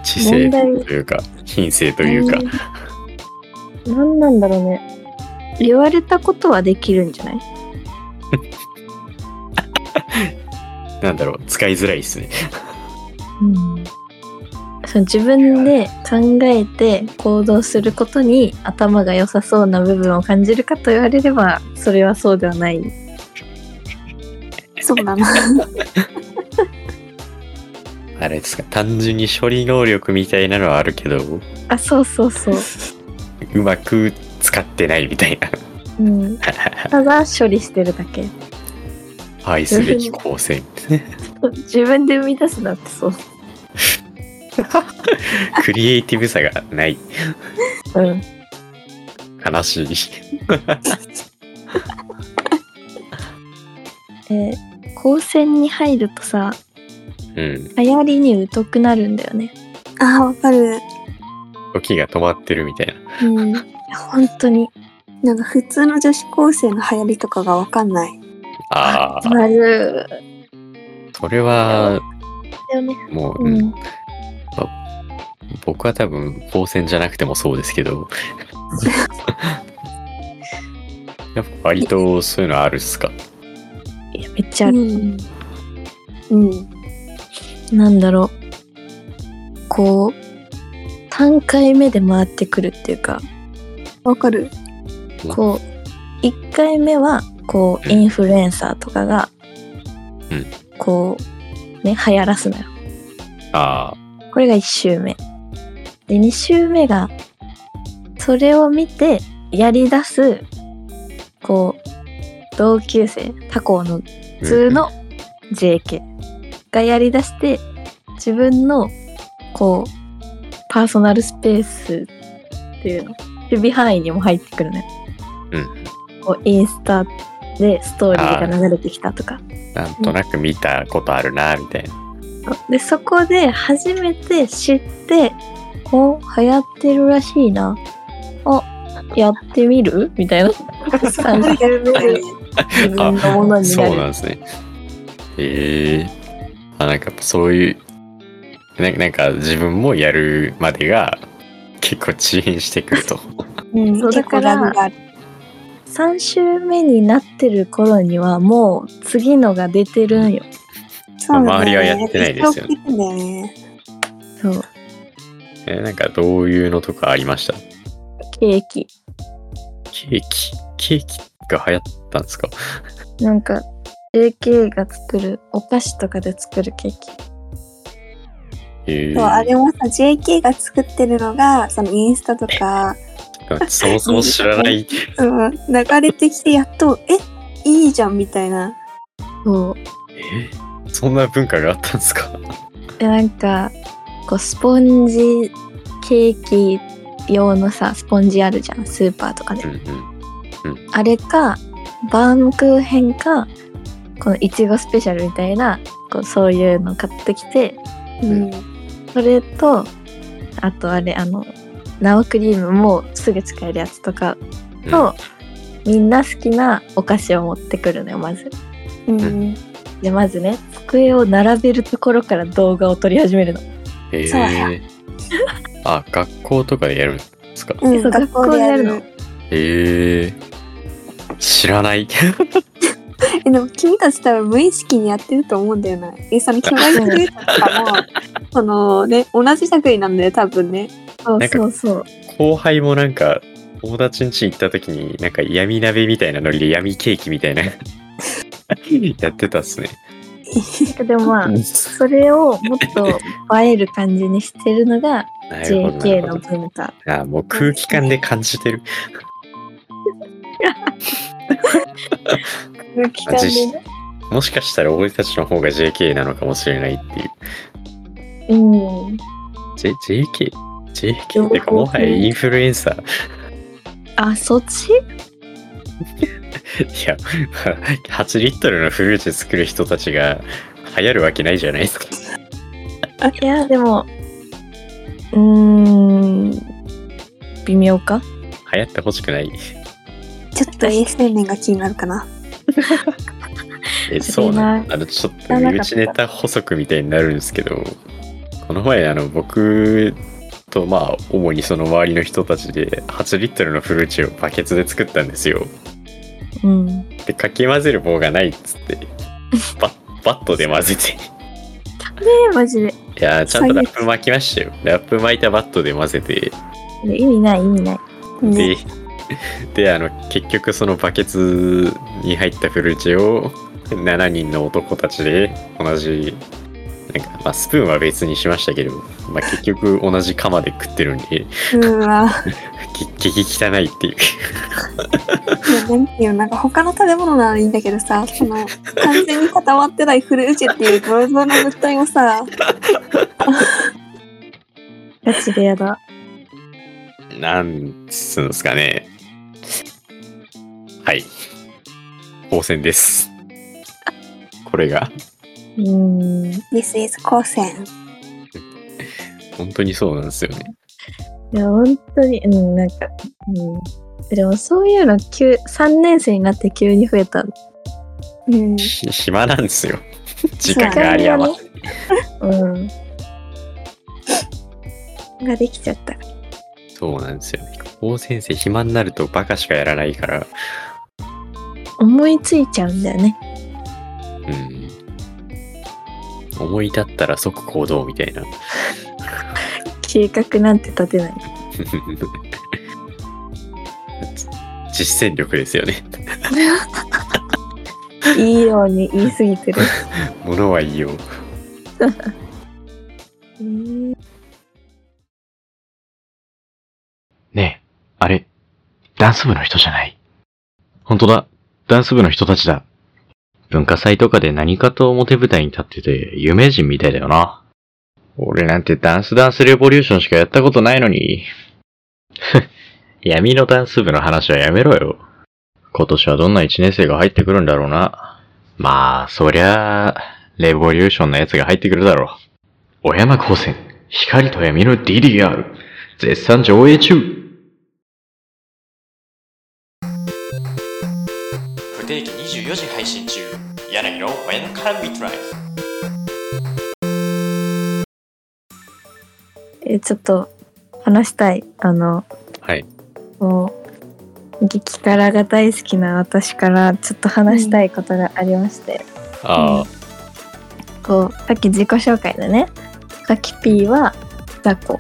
A: 知性
B: 問題
A: というか品性というか、
B: うん。何なんだろうね。言われたことはできるんじゃない
A: なんだろう使いづらいですね
B: うん。その自分で考えて行動することに頭が良さそうな部分を感じるかと言われればそれはそうではない
C: そうだな。
A: あれですか単純に処理能力みたいなのはあるけど
B: あそうそうそう、
A: うまく使ってないみた いな
B: うん、ただ処理してるだけ
A: 愛すべき光線
B: 自分で生み出すなんてそう
A: クリエイティブさがない
B: うん
A: 悲しい
B: えー高専に入るとさ
A: うん
B: 流行りに疎くなるんだよね
C: ああ、わかる。
A: 時が止まってるみたいな
C: うん。
B: 本当に
C: なんか普通の女子高生の流行りとかがわかんない。
A: ああ
B: なる
A: それは
B: だよね
A: もう、
B: う
A: うん
B: ん
A: 僕は多分光線じゃなくてもそうですけど やっぱ割とそういうのあるっすか
B: いやめっちゃある、
C: うん。うん。
B: なんだろうこう3回目で回ってくるっていうか
C: わかる。
B: こう1回目はこうインフルエンサーとかが
A: うん
B: こうね流行らすのよ
A: あ
B: これが1周目。で、2周目が、それを見て、やり出す、こう、同級生、他校の
A: あ
B: 普通の JK がやり出して、自分の、こう、パーソナルスペースっていうの、守備範囲にも入ってくるね。
A: うん
B: こうインスタでストーリーが流れてきたとか。
A: なんとなく見たことあるなみたいな
B: でそこで初めて知ってお流行ってるらしいなあやってみ るみたいな感じ
C: やる
B: 自分のものに
A: そ
B: な
A: うなん
B: る
A: ですねへえあなんかやっぱそういうななんか自分もやるまでが結構遅延してくると
C: うん、
B: そう
C: 結
B: だか
C: 構
B: ら
C: ラグがある。
B: 3週目になってる頃にはもう次のが出てるんよ
C: そうなんだよね
A: 周りはやってないですよね
C: 一生懸命だよね。
B: そう
A: えなんかどういうのとかありました
B: ケーキ
A: ケーキケーキが流行ったんですか
B: なんか JK が作るお菓子とかで作るケーキ
A: へえ
C: そうあれもさ JK が作ってるのがそのインスタとか、
A: そもそも知ら ない
C: うん、流れてきてやっとえいいじゃんみたいな
B: そう
A: えそんな文化があったんですか
B: でなんかこうスポンジケーキ用のさスポンジあるじゃんスーパーとかで
A: うんうん
B: あれかバームクーヘンかこのいちごスペシャルみたいなこうそういうの買ってきて
C: うん
B: それとあとあれあの生クリームもすぐ使えるやつとかと、みんな好きなお菓子を持ってくるのよまず。
C: うん
B: でまずね机を並べるところから動画を撮り始めるの。
A: へ
C: そうや
A: えあ学校とかでやるんですか
C: うん
B: そう
C: 学校でやる
B: 学
C: の
B: 校
A: へえ知らない
C: えでも君たち多分無意識にやってると思うんだよなえその巨大クレーターとかもそのね同じ作品なんで多分ね
B: そう
A: なんか
B: そうそう。
A: 後輩もなんか友達ん家行った時になんか闇鍋みたいなノリで闇ケーキみたい なやってたっすね
B: なんかでもまあ
A: な
B: それをもっと映える感じにしてるのが
A: るほどな
B: JK
A: る
B: の
A: ほど
B: 文化。
A: あもう空気感で感じてる
B: 空気感でね。
A: もしかしたら俺たちの方が JK なのかもしれないっていう
B: うん。
A: J JK JK ってかもはやインフルエンサ ー
B: あそっち
A: いや、8リットルのフルーチェ作る人たちが流行るわけないじゃないですか。
B: いやでもうーん微妙か
A: 流行ってほしくない。
C: ちょっと衛生面が気になるかな
A: え、そうなんあの、ちょっと、身内ネタ補足みたいになるんですけど、この前、あの、僕と、まあ、主にその周りの人たちで、8リットルのフルーチェをバケツで作ったんですよ。
B: うん
A: で、かき混ぜる棒がないっつって、バッ、バットで混ぜて。
B: えマジで
A: いやー、ちゃんとラップ巻きましたよ。ラップ巻いたバットで混ぜて、
B: で意味ない意味ない
C: ね
A: で、で あの結局そのバケツに入ったフルーチェを7人の男たちで同じなんか、まあ、スプーンは別にしましたけど、まあ、結局同じ釜で食ってるんで
C: うわ
A: き激汚いっていう
C: いやなんていうのなんか他の食べ物ならいいんだけどさその完全に固まってないフルーチェっていうゾロゾロの物体をさ
B: ガチでやだ
A: なんつうんですかねはい光線ですこれが
B: うんい
C: This is 光線
A: 本当にそうなんですよね
B: や本当にうんなんかうんでもそういうの急3年生になって急に増えた
C: うん
A: ひ暇なんですよ時間があり余って
B: うんができちゃったから
A: そうなんですよ。王先生、暇になるとバカしかやらないから、
B: 思いついちゃうんだよね
A: うん。思い立ったら即行動みたいな。
B: 計画なんて立てない
A: 実践力ですよね。
B: いいように言い過ぎてる
A: ものはいいよう。
B: うん
D: ねえ、あれ、ダンス部の人じゃない。本当だ、ダンス部の人たちだ。文化祭とかで何かと表舞台に立ってて、有名人みたいだよな。俺なんてダンスダンスレボリューションしかやったことないのに。 ふっ闇のダンス部の話はやめろよ。今年はどんな一年生が入ってくるんだろうな。まあ、そりゃあ、レボリューションのやつが入ってくるだろう。小山高専、光と闇の DDR、絶賛上映中
E: 不定期24時配信中
A: 柳の真夜中ミッドナイト。
B: えーちょっと話したいあの
A: はい。
B: もう激辛が大好きな私からちょっと話したいことがありまして、
A: あ
B: こうさっき自己紹介だねカキピーはザコ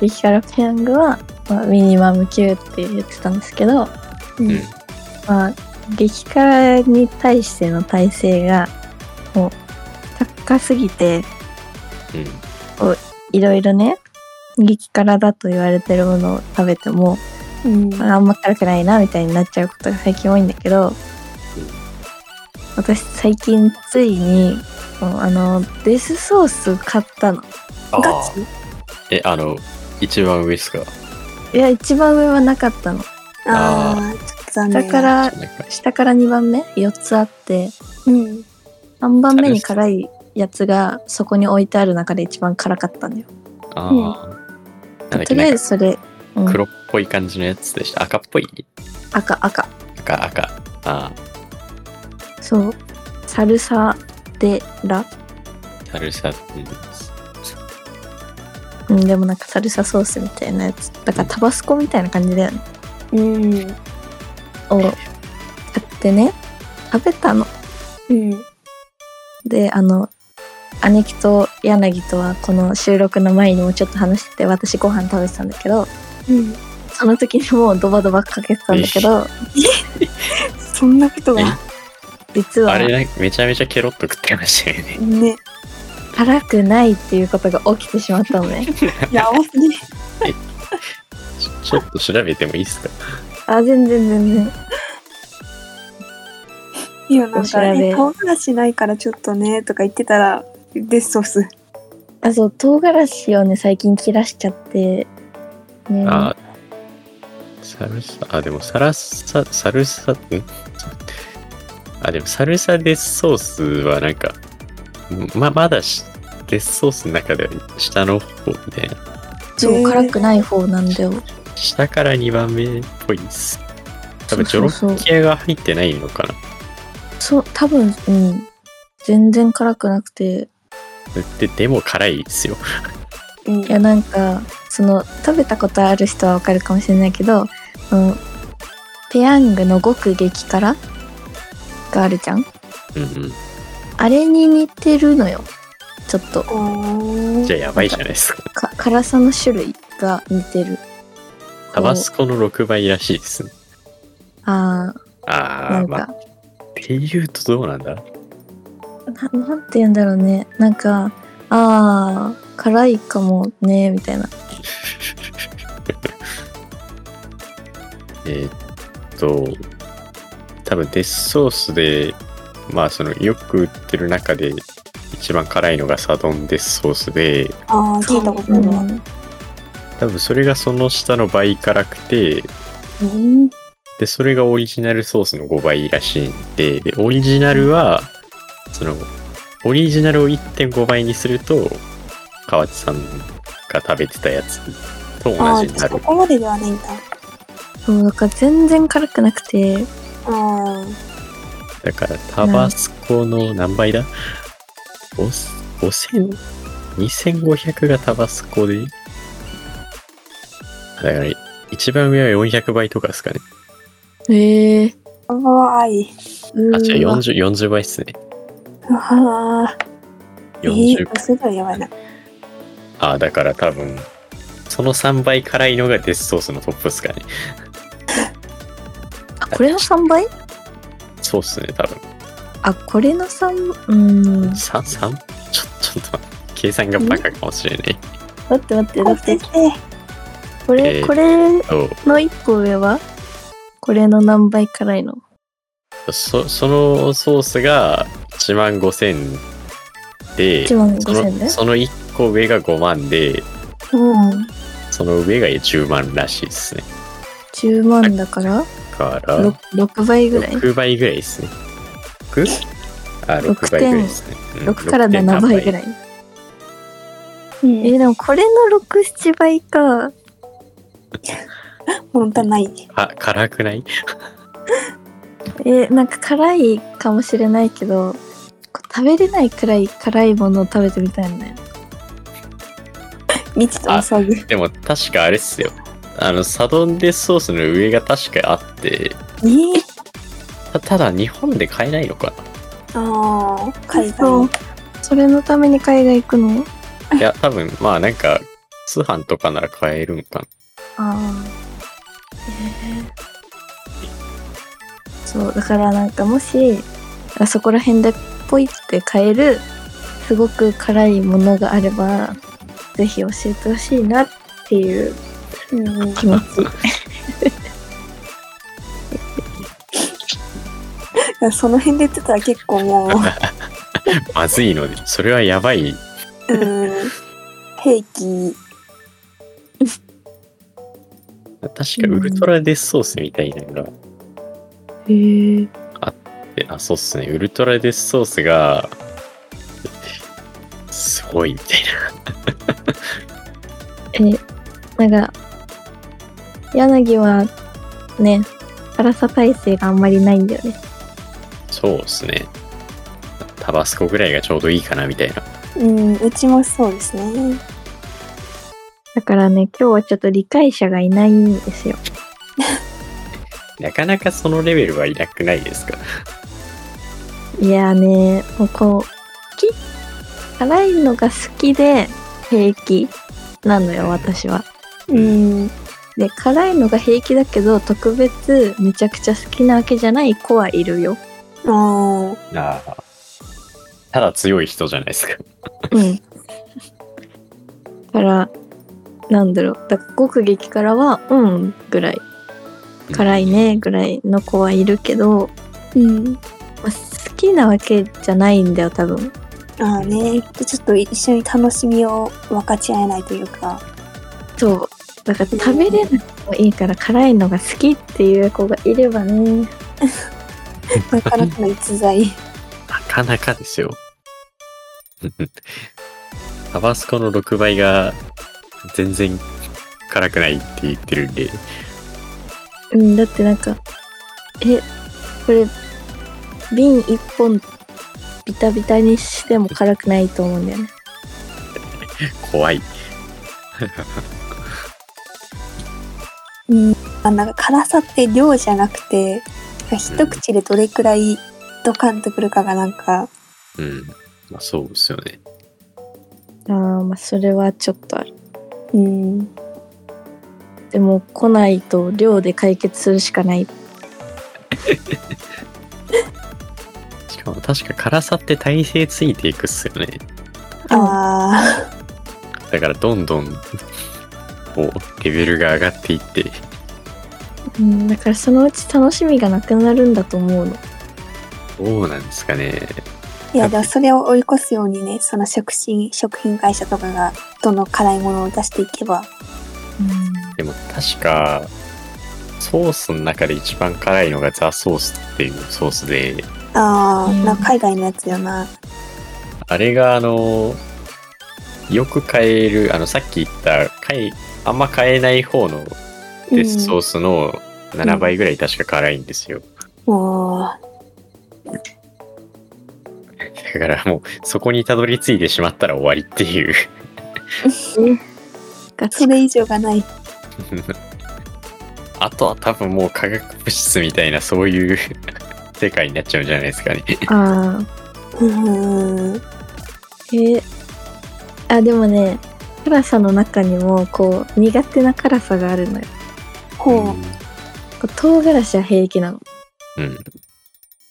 B: 激辛ペヤングは、まあミニマム級って言ってたんですけど、
C: うん
A: うん
B: まあ、激辛に対しての耐性がもう高すぎて
A: ーうん。
B: いろいろね激辛だと言われてるものを食べても
C: うん
B: ああんま辛くないなみたいになっちゃうことが最近多いんだけど、私最近ついにもうあのデスソース買ったの
A: あ
C: ガ
A: あ。え、あの、一番上ですか
B: いや一番上はなかったの
C: あーちょっと残
B: だ
C: 念
B: か、
A: な
B: ら
A: んか
B: 下から2番目4つあって
C: うん、
B: 3番目に辛いやつがそこに置いてある中で一番辛かったんだよ
A: ああ。なんだっ
B: と
A: け
B: りあ
A: な
B: え
A: んか
B: ずそれ、うん
A: 黒っぽい感じのやつでした。赤っぽい
B: 赤赤
A: 赤、赤。ああ。
B: そうサルサデラ
A: タルサって言うんです。
B: うん、でもなんかサルサソースみたいなやつだからタバスコみたいな感じだよね
C: うん、
B: を買ってね食べたの
C: うん、
B: であの姉貴と柳とはこの収録の前にもちょっと話してて私ご飯食べてたんだけど
C: うん、
B: その時にもうドバドバかけてたんだけど
C: そんなことが
B: 実は
A: あれなんかめちゃめちゃケロッと食ってましたよ ね。
C: ね、
B: 辛くないっていうことが起きてしまったの ね
C: やばすぎ。
A: ちょちょっと調べてもいいですか
B: あ全然全然
C: いや、なんか、
B: お調べ
C: ね、唐辛子ないからちょっとね、とか言ってたら、デスソース。
B: あそう唐辛子をね最近切らしちゃってね
A: あサルサ、あ、でもサラサ、サルサ、んあ、でもサルサデスソースはなんか、ま、まだしデスソースの中では下の方みたいな。
B: そう
C: ね
B: 辛くない方なんだよ
A: 下から2番目っぽいです。多分ジョ
B: そうそうそう
A: ロキアが入ってないのかな。
B: そう多分うん全然辛くなくて
A: で、でも辛いですよ。
C: うん
B: いやなんかその食べたことある人はわかるかもしれないけどそのペヤングの極激辛があるじゃん
A: うんうん。
B: あれに似てるのよちょっと
C: お
A: じ
C: ー
A: ゃあやばいじゃないですか。
B: か辛さの種類が似てる
A: タバスコの6倍らしいですね。
B: あー
A: あ
B: な
A: あ、
B: ん
A: まあ、
B: か
A: っていうとどうなんだ
B: ななんて言うんだろうねなんかああ辛いかもねみたいな
A: えーっと、多分デスソースで、まあそのよく売ってる中で一番辛いのがサドンデスソースで、
C: あー、聞いたことあるわ。
A: 多分それがその下の倍辛くて、
C: うん
A: で、それがオリジナルソースの5倍らしいんで、で、オリジナルは、その、オリジナルを1.5倍にすると、河内さんが食べてたやつと
C: あ
A: 同じになる
C: ー、こ。こまでではないんだ。
B: そうだから全然辛くなくて
C: あ
A: だから、タバスコの何倍だ ?5000、2500がタバスコで。だから、一番上は400倍とかですかね。
B: へえ
C: あ、かわいい。
A: あ、違う、40、40倍っすね。
C: ああ、え
A: 40
C: ー、それではやばいな。
A: あ、だから多分、その3倍辛いのがデスソースのトップっすかね。
B: あこれの3倍
A: そうっすね、多分。
B: あこれの3うん
A: 3、
B: だ
A: 3? ちょ、ちょっと待って、計算がバカかもしれない。
B: って待ってだ
C: こ
B: っ
C: う
B: て
C: 先生、
B: これ、
A: えー
B: これ
A: そう
B: の1個上はこれの何倍辛いの
A: そそのソースが1万5000で、
B: 1万
A: そ
B: 5000
A: の
B: ね
A: その1個上が5万で、
B: うん
A: その上が10万らしいですね。
B: 10万だから
A: だから、
B: 6, 倍ぐらい
A: 6倍ぐらいですね。6? あ、6倍ぐらいですね。うん
B: 6から7倍ぐらい
C: う
B: えーでもこれの67倍か
C: 本当はない。
A: あ、辛くない
B: えなんか辛いかもしれないけどこう食べれないくらい辛いものを食べてみたいんだよ
C: 未知と急ぐ。
A: でも確かあれっすよ。あの、サドンデスソースの上が確かあって、
C: え
A: たただ日本で買えないのか
C: ああ、海
B: そう
C: 外。
B: それのために海外行くの
A: ないや、多分、まあなんか、通販とかなら買えるんかな。
B: ああそうだからなんかもしあそこら辺でポイって買えるすごく辛いものがあればぜひ教えてほしいなっていう
C: うん。
B: 気持ち
C: その辺で言ってたら結構も
A: まずいので、それはやばい。
C: う、うん、兵器、
A: 確かウルトラデスソースみたいなのが
B: へえ
A: であ、そうっすね。ウルトラデスソースが、すごいみたい
B: なんか柳はね辛さ耐性があんまりないんだよね
A: な。そうっすね。タバスコぐらいがちょうどいいかなみたいな。
C: うん、うちもそうですね。
B: だからね今日はちょっと理解者がいないんですよ
A: なかなかそのレベルはいなくないですか。
B: いやーねもうこう好き辛いのが好きで平気なのよ私は
C: うん、
B: で辛いのが平気だけど特別めちゃくちゃ好きなわけじゃない子はいるよ
C: ああ、
A: なあ。ただ強い人じゃないですか。
B: うん。 だから、なんだろう、だ極激からは、うんぐらい、辛いねぐらいの子はいるけど、
C: うん。
B: まあ好きなわけじゃないんだよ、多分。
C: ああね、ちょっと一緒に楽しみを分かち合えないというか、
B: そう。だから食べれなくてもいいから辛いのが好きっていう子がいればね。
C: なかなかの逸材。
A: なかなかですよ。 タバスコの6倍が全然辛くないって言ってるんで、
B: うん、だってなんか、え、これ、瓶一本ビタビタにしても辛くないと思うんだよね。
A: 怖い。
C: うん、あなんか辛さって量じゃなくて一口でどれくらいドカンとくるかがなんか、
A: うん。まあそうですよね。
B: あーまあ、それはちょっとある
C: うん、
B: でも来ないと量で解決するしかない。
A: しかも確か辛さって耐性ついていくっすよね。
C: あ
A: だからどんどんこうレベルが上がっていって
B: うん、だからそのうち楽しみがなくなるんだと思うの。
A: どうなんですかね
C: ーいやでもそれを追い越すようにねその食品食品会社とかがどんどん辛いものを出していけば
A: でも確かソースの中で一番辛いのがザ・ソースっていうソースで
C: ああ、
B: うん
C: なんか海外のやつよな
A: あれがあのよく買えるあのさっき言った買いあんま買えない方のデスソースの7倍ぐらい確か辛いんですよ、
C: も
A: だからもうそこにたどり着いてしまったら終わりっていう
B: ガ
C: うそ
B: チ
C: れ以上がない
A: あとは多分もう化学物質みたいなそういう 世界になっちゃうんじゃないですかね
B: ああ。
C: うん
B: えーあ、でもね、辛さの中にも、こう、苦手な辛さがあるのよ。
C: ほう
B: こう唐辛子は平気なの。
A: うん。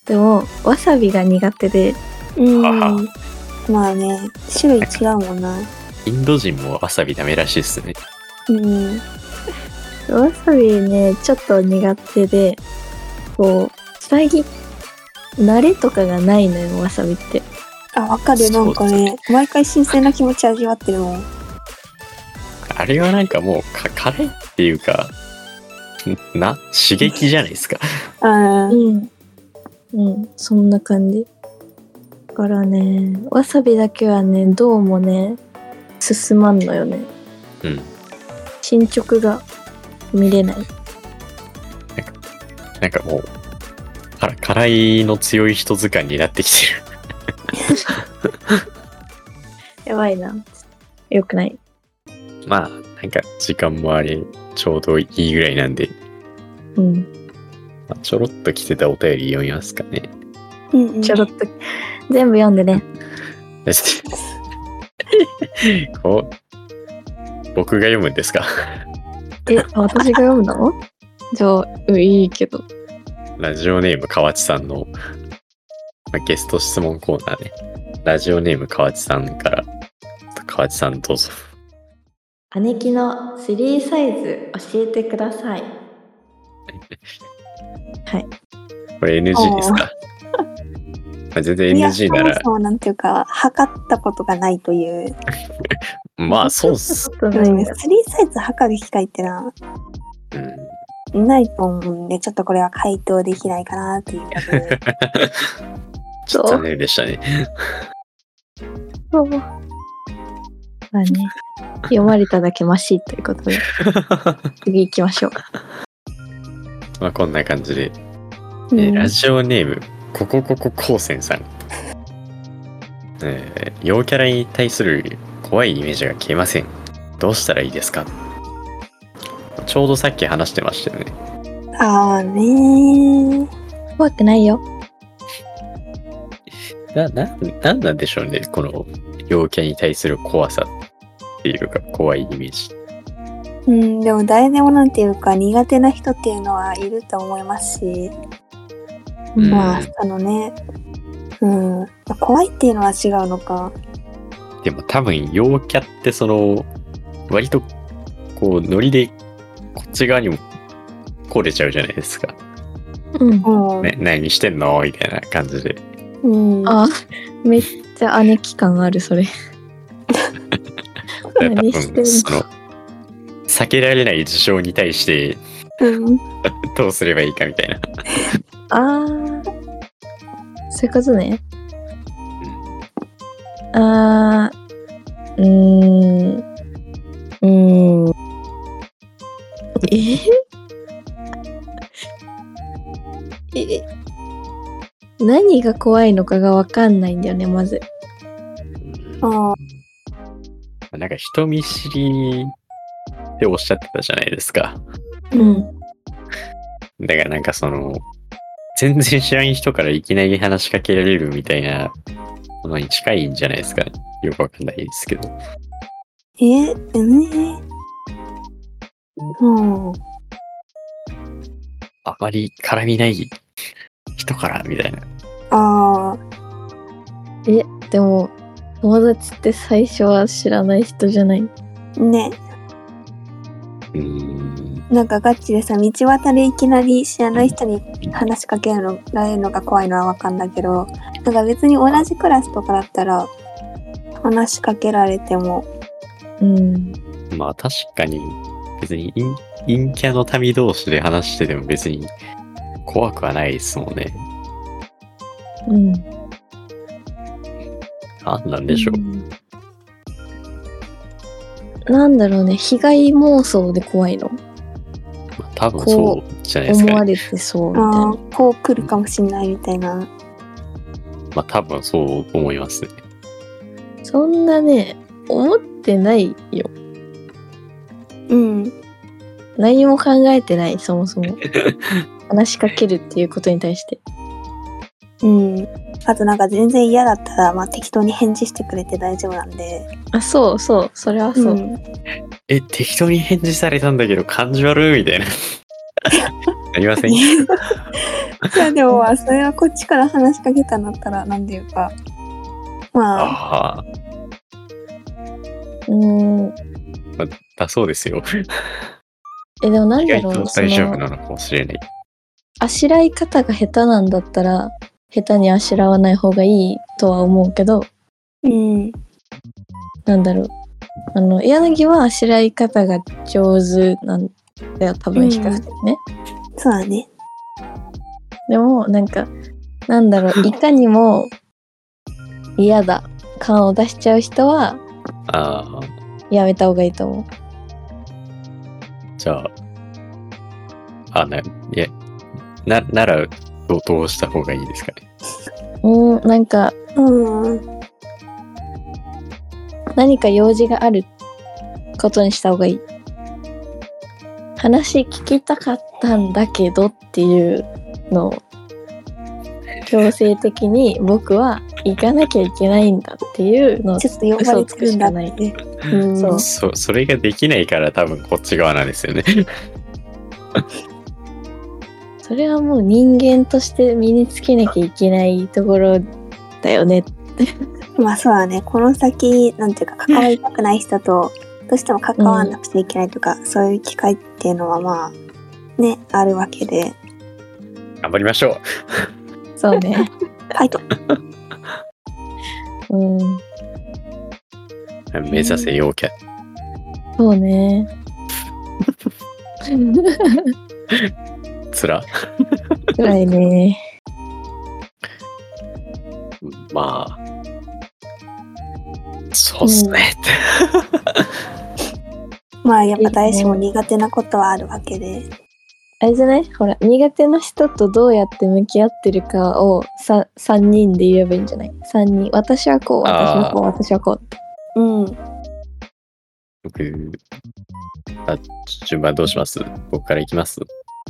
B: でも、わさびが苦手で、
C: うん
A: は
C: まあね種類違うもんな
A: インド人もわさびダメらしいっすね。
C: うん
B: わさびね、ちょっと苦手で、こう、最近、慣れとかがないのよ、わさびって。
C: あわかるなんかね毎回新鮮な気持ち味わってるもん
A: あれはなんかもうか辛いっていうか、んな、刺激じゃないですか。
C: うん
B: うん。うん、そんな感じ。だからね、わさびだけはね、どうもね、進まんのよね。
A: うん。
B: 進捗が見れない。
A: なんかもう、あら、辛いの強い人図鑑になってきてる。
B: やばいな。よくない。
A: まあ、なんか時間もあり、ちょうどいいぐらいなんで、
B: うん。
A: まあちょろっと来てたお便り読みますかね。
C: うんうん
B: ちょろっと。全部読んでね。
A: だってこう、僕が読むんですか
B: え、私が読む のじゃあ、うんいいけど。
A: ラジオネーム河内さんの、まあゲスト質問コーナーね。ラジオネーム河内さんから、河内さんどうぞ。
B: 姉貴の3サイズ教えてください。
A: これ NG ですかまあ全然 NG ないら、
C: やそもそもなんていうか測ったことがないという
A: まあそうっす。
B: ちょっと
C: 3
B: ないんだ
C: サイズ測る機会ってな
A: うん
C: ないと思うんでちょっとこれは回答できないかなっていうことで
A: ちょっと残念でしたね。
B: そう。まあね、読まれただけマシということで、次行きましょう。
A: まあこんな感じで、えー
C: うん
A: ラジオネームこここここうせんさん、えー、陽キャラに対する怖いイメージが消えませんどうしたらいいですかちょうどさっき話してましたよね
C: ああね
B: 怖くないよ。
A: なななんなんでしょうねこの陽キャに対する怖さっていうか怖いイメージ
C: ーうんでも誰でもなんていうか苦手な人っていうのはいると思いますし
A: うん
C: まあそのねうん怖いっていうのは違うのか
A: でも多分陽キャってその割とこうノリでこっち側にも来れちゃうじゃないですか、
B: うん。
C: うん、
A: ね、何してんのみたいな感じで
C: うん
B: あ、めっちゃ姉貴感ある、それ。
A: 多分
B: 何してんの
A: その避けられない事象に対して
C: うん
A: どうすればいいかみたいな、
B: あー。そういうことね。あー。うーん。うーん。ええ何が怖いのかがわかんないんだよね、まず。
C: あ
A: なんか人見知りっておっしゃってたじゃないですか
B: うん。
A: だからなんかその全然知らん人からいきなり話しかけられるみたいなものに近いんじゃないですかねよくわかんないですけど
C: えうんうん
A: あまり絡みない人からみたいな
C: あ
B: え、でも、友達って最初は知らない人じゃない。
C: あね
A: うーん
C: なんかガチでさ道端でいきなり知らない人に話しかけられるのが怖いのはわかんだけどなんか別に同じクラスとかだったら話しかけられても
B: うん。
A: まあ確かに別に陰陰キャの民同士で話してても別に怖くはないですもんね
B: うん。
A: なんなんでしょう、
B: んなんだろうね被害妄想で怖いの
A: まあ多分そうじゃないです
B: 思
A: か、
B: わ
A: ね、
B: れてそうみたい
C: あ
B: な
C: ーこう来るかもしんないみたいな
A: まあ多分そう思いますね
B: そんなね思ってないよ
C: うん
B: 何も考えてないそもそ も話しかけるっていうことに対して
C: うんあとなんか全然嫌だったら、まあ、適当に返事してくれて大丈夫なんで
B: あそうそうそれはそう、
C: ん
A: え適当に返事されたんだけど感じ悪いみたいな ありません
C: いやでもまあそれはこっちから話しかけたんだったらなんていうかまあ
A: ああ
B: うん
A: だそうですよ
B: えでもなん
A: 意
B: だ
A: 外
B: ろう
A: と
B: なそ
A: 大丈夫
B: の
A: なのかもしれない
B: あしらい方が下手なんだったら下手にあしらわない方がいいとは思うけど
C: うん
B: なんだろう。あの、柳はあしらい方が上手なんだよ、多
C: う
B: 分
C: ん
B: 比較的ね。
C: そうだね
B: でも、なんか、なんだろう、いかにも嫌だ感を出しちゃう人は
A: ああ
B: やめた方がいいと思
A: じゃああないやなならどどうした方がいいですかね。
B: うーん、なんか、
C: うん。
B: 何か用事があることにした方がいい。話聞きたかったんだけどっていうのを強制的に僕は行かなきゃいけないんだっていうのを
C: ちょっと呼ばれてるんだってね。うん
B: そう
A: そそれができないから多分こっち側なんですよね。
B: それはもう人間として身につけなきゃいけないところだよね。
C: まあそうだね。この先、なんていうか、関わりたくない人と、どうしても関わらなくちゃいけないとか、そういう機会っていうのはまあ、ね、あるわけで、
A: 頑張りましょう。
B: そう ね。
C: ファイト。
B: うん。
A: 目指せ陽キャ。
B: そうね。
A: つら。
B: 辛いね。
A: まあ。そうっすね。
C: まあやっぱ誰しも苦手なことはあるわけで。
B: あれじゃないほら、苦手な人とどうやって向き合ってるかをさ3人で言えばいいんじゃない ?3 人。私はこう、私はこう、私はこう。
C: うん。
A: 僕、あ、順番どうします僕からいきます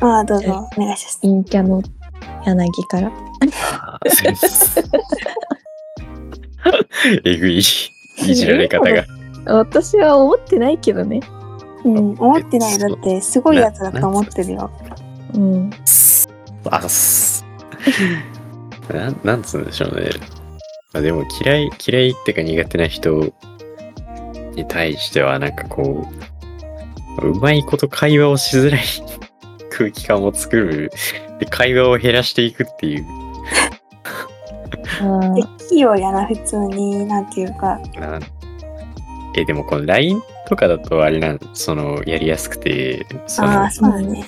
C: まあどうぞ、お願いします。
B: 陰キャの柳から。
A: あーセンス えぐい。いじられ方が。
B: 私は思ってないけどね。
C: うん、思ってないだって、すごいやつだと思ってるよ。
B: うん。
A: あす。なん、なんつうんでしょうね。まあ、でも嫌い、嫌いってか苦手な人に対しては、なんかこう、うまいこと会話をしづらい 空気感を作る。で、会話を減らしていくっていう。
B: あ
C: で、器用やな、普通に、なんていうか。
A: なんえ、でもこの LINE とかだとあれなん、その、やりやすくて、そ
C: あ
A: の
C: あ、、そうだね。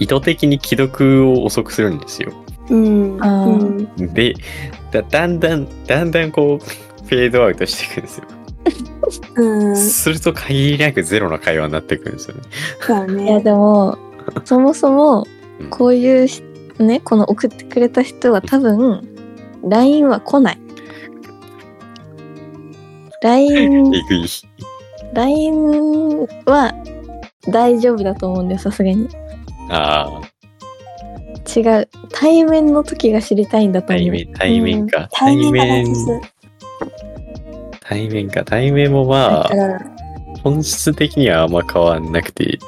A: 意図的に既読を遅くするんですよ。
C: うん。
B: あー
C: うん
A: でだだんだんだんだんこうフェードアウトしていくんですよ、
C: うん。そ
A: すると限りなくゼロの会話になってくるんですよね
C: うだ
B: いや
C: ね。
B: でもそもそも
A: うん
B: こういうしねこの送ってくれた人は多分 LINE は来ない LINE,
A: えぐい
B: LINE は大丈夫だと思うんだよさすがに
A: ああ
B: 違う対面の時が知りたいんだと思
A: 対
B: う
A: 面対面か、
C: 対面が大
A: 対
C: 切
A: 面。対面か対面も
B: だ
A: ま
B: か
A: あ
B: ら
A: 本質的にはあんま変わんなくて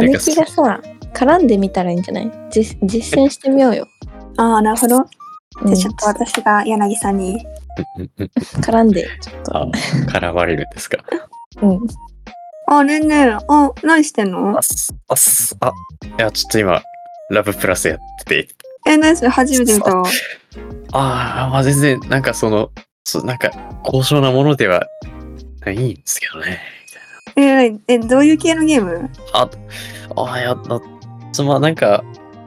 B: 姉貴がさ絡んでみたらいいんじゃない実実践してみようよ、
C: ああ、なるほど。
B: うん、
C: で、ちょっと私が柳さんに、
B: 絡んでちょっと
A: あ絡まれるんですか
B: うん
C: あ、ねんねん、あ、何してんの
A: あっすあっすあいやちょっと今ラブプラスやってて
C: え、何それ初めて見たわ。
A: ああまあ全然なんかそのそなんか高尚なものではないんですけどね
C: え、え、どういう系のゲーム
A: あ、あ、いや、な、つま、なんか、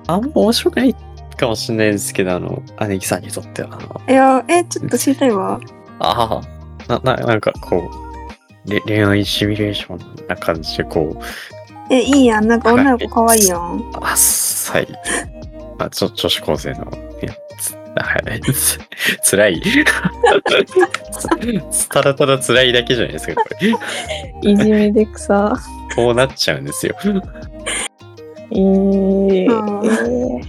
A: あんま面白くないかもしれないですけど、あの、姉貴さんにとっては、あの、
C: いや、え、ちょっと知りたいわ。
A: ああ、な、な、なんかこう、れ恋愛シミュレーションな感じで、こう、
C: え、いいやん。なんか女の子可愛いやん。
A: あっさい、あ、ちょ、女子高生の、いや、つ、はい、つ、つらい。つただただつらいだけじゃないですか、これ。
B: いじめでくさ
A: こうなっちゃうんですよ。
B: えー
C: うん
B: えー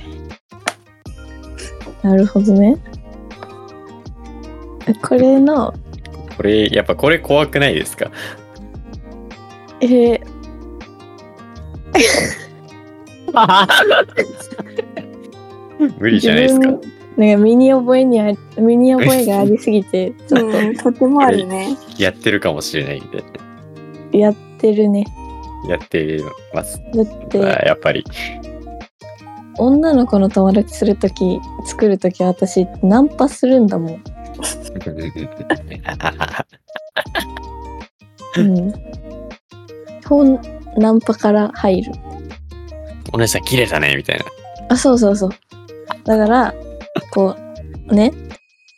B: なるほどね。これの、
A: これ、やっぱこれ怖くないですか
B: えー
A: 無理じゃないですか。
B: 自分なんか身に覚えにあり身に覚えがありす ぎて、ちょっ
C: うん、とてもあるね。
A: やってるかもしれないんで。
B: とやってるね。
A: やってます。
B: だって、
A: まあやっぱり。
B: 女の子の友達するとき、作るとき私、ナンパするんだもん。うん。本、ナンパから入る。
A: お姉さん、綺麗だね、みたいな。
B: あ、そうそうそう。だから、こう、ね、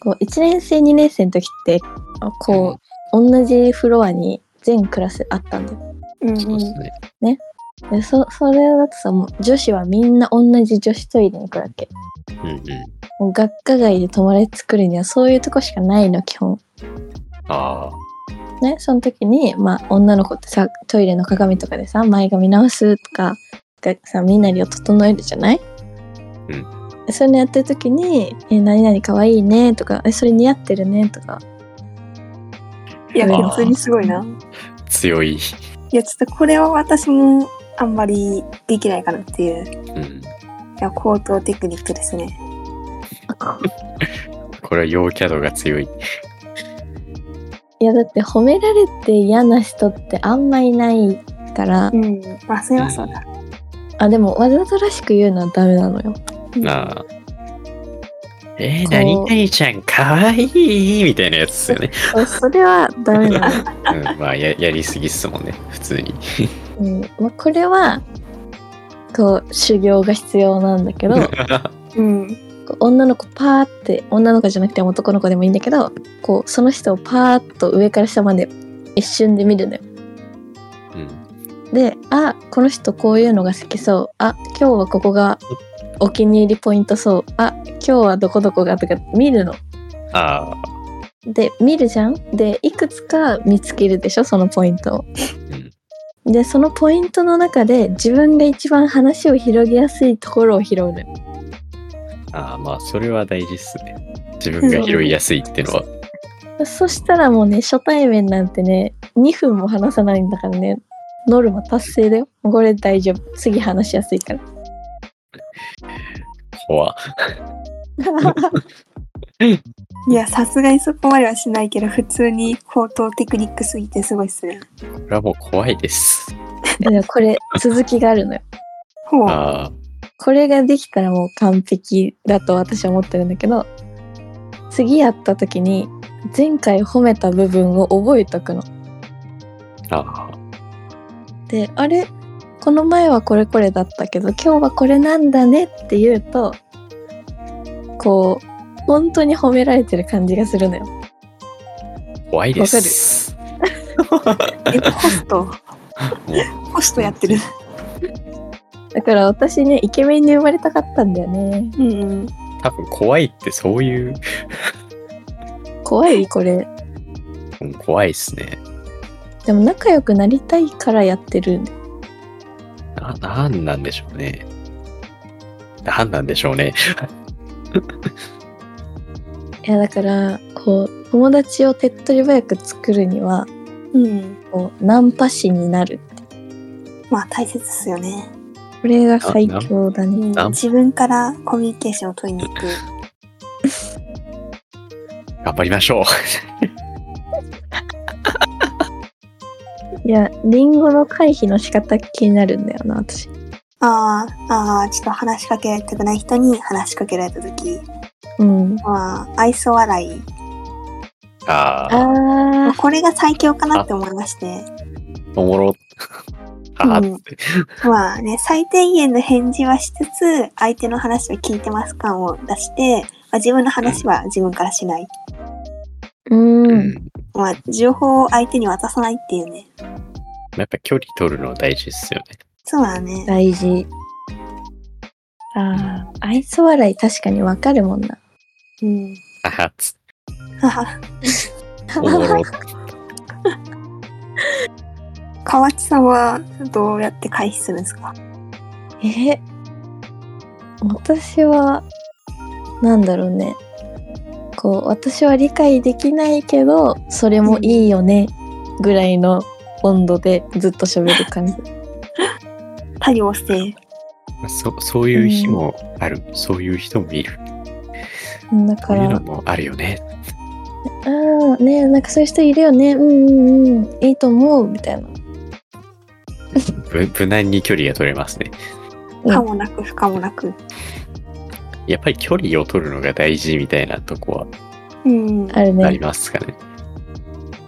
B: こう、1年生、2年生の時って、あこう、同じフロアに全クラスあったんだよ。
C: うんう
A: そうで
C: ん
A: すね。
B: でそそれだとさもう女子はみんな同じ女子トイレに行くわけ
A: うんうん。
B: もう学科外で友達作るにはそういうとこしかないの基本
A: ああ。
B: ねその時にまあ女の子ってさトイレの鏡とかでさ前髪直すとかがさ身なりを整えるじゃない
A: うん
B: でそういうのやってる時に「え何々かわいいね」とか「えそれ似合ってるね」とか
C: いや、
B: あー
C: 普通にすごいな。
A: 強い。
C: いや、ちょっとこれは私もあんまりできないかなっていう、
A: うん。
C: いや、高等テクニックですね。
A: これは陽キャ度が強い。
B: いやだって褒められて嫌な人ってあんまいないから
C: うん。まあ、それはそうだ。
B: あでもわざとらしく言うのはダメなのよ
A: なあ。えー、
B: こう
A: 何々ちゃんかわいいみたいなやつですよね。
B: それはダメなの
A: うん、まあや、やりすぎっすもんね、普通に。
B: うんまあ、これはこう修行が必要なんだけどこ
C: うん。
B: う女の子パーって女の子じゃなくても男の子でもいいんだけどこうその人をパーッと上から下まで一瞬で見るのよ。
A: うん、
B: であこの人こういうのが好きそうあ今日はここがお気に入りポイントそうあ今日はどこどこがとか見るの。
A: ああ、
B: で見るじゃんでいくつか見つけるでしょそのポイントを。でそのポイントの中で自分が一番話を広げやすいところを拾うのよ。
A: ああ、まあ、それは大事っすね。自分が拾いやすいってのは。
B: そしたらもうね初対面なんてね2分も話さないんだからねノルマ達成だよこれ大丈夫次話しやすいから
A: 怖っ
C: いや、さすがにそこまではしないけど、普通に高等テクニックすぎてすごいっすね。
A: これはもう怖いです。
B: だからこれ続きがあるのよ
C: ほう。
A: ああ、
B: これができたらもう完璧だと私は思ってるんだけど次やった時に前回褒めた部分を覚えとくの
A: ああ、
B: であれこの前はこれこれだったけど今日はこれなんだねって言うとこう本当に褒められてる感じがするのよ
A: 怖いです。
C: え、ホスト。ホストやってる。
B: だから私ねイケメンに生まれたかったんだよね
C: うんうん。
A: 多分怖いってそういう、
B: 怖いこれ
A: うん怖いっすね。
B: でも仲良くなりたいからやってるんだよ
A: な、なんなんでしょうね。なんなんでしょうね。
B: いやだからこう友達を手っ取り早く作るには
C: うん。
B: こうナンパ師になる
C: まあ、大切っすよね。
B: これが最強だね
A: ナン
C: 自分からコミュニケーションを取りに行く。
A: 頑張りましょう。
B: いやリンゴの回避の仕方気になるんだよな私
C: ああ、ああ、ちょっと話しかけられたくない人に話しかけられたとき、
B: うん
C: まあ、愛想笑い。
A: ああ、
B: あ
C: まあ
B: ー
C: これが最強かなって思いまして。
A: おもろ。ああ、
C: うんまあね、最低限の返事はしつつ、相手の話を聞いてます感を出して、まあ、自分の話は自分からしない。
B: うん、
A: うん。
C: まあ、情報を相手に渡さないっていうね。
A: やっぱ距離取るの大事っすよね。
C: そうだね。
B: 大事あー愛想笑い確かにわかるもんな
C: うん。
A: あはつ、
C: はは。
A: おもろ。
C: 河内さんはどうやって回避するんですか
B: え私はなんだろうねこう私は理解できないけどそれもいいよねぐらいの温度でずっと喋る感じ
C: 多量性。
A: そそういう日もある、そういう人もいる
B: だ
A: そ
B: か
A: ういうの
B: ら
A: もあるよね
B: うんねなんかそういう人いるよねうんうんうんいいと思うみたいな
A: ぶ無難に距離が取れますね
B: うん
C: 可もなく不可もなく。
A: やっぱり距離を取るのが大事みたいなとこ
C: うん。
B: ある
A: はあり
B: ね
A: ますかね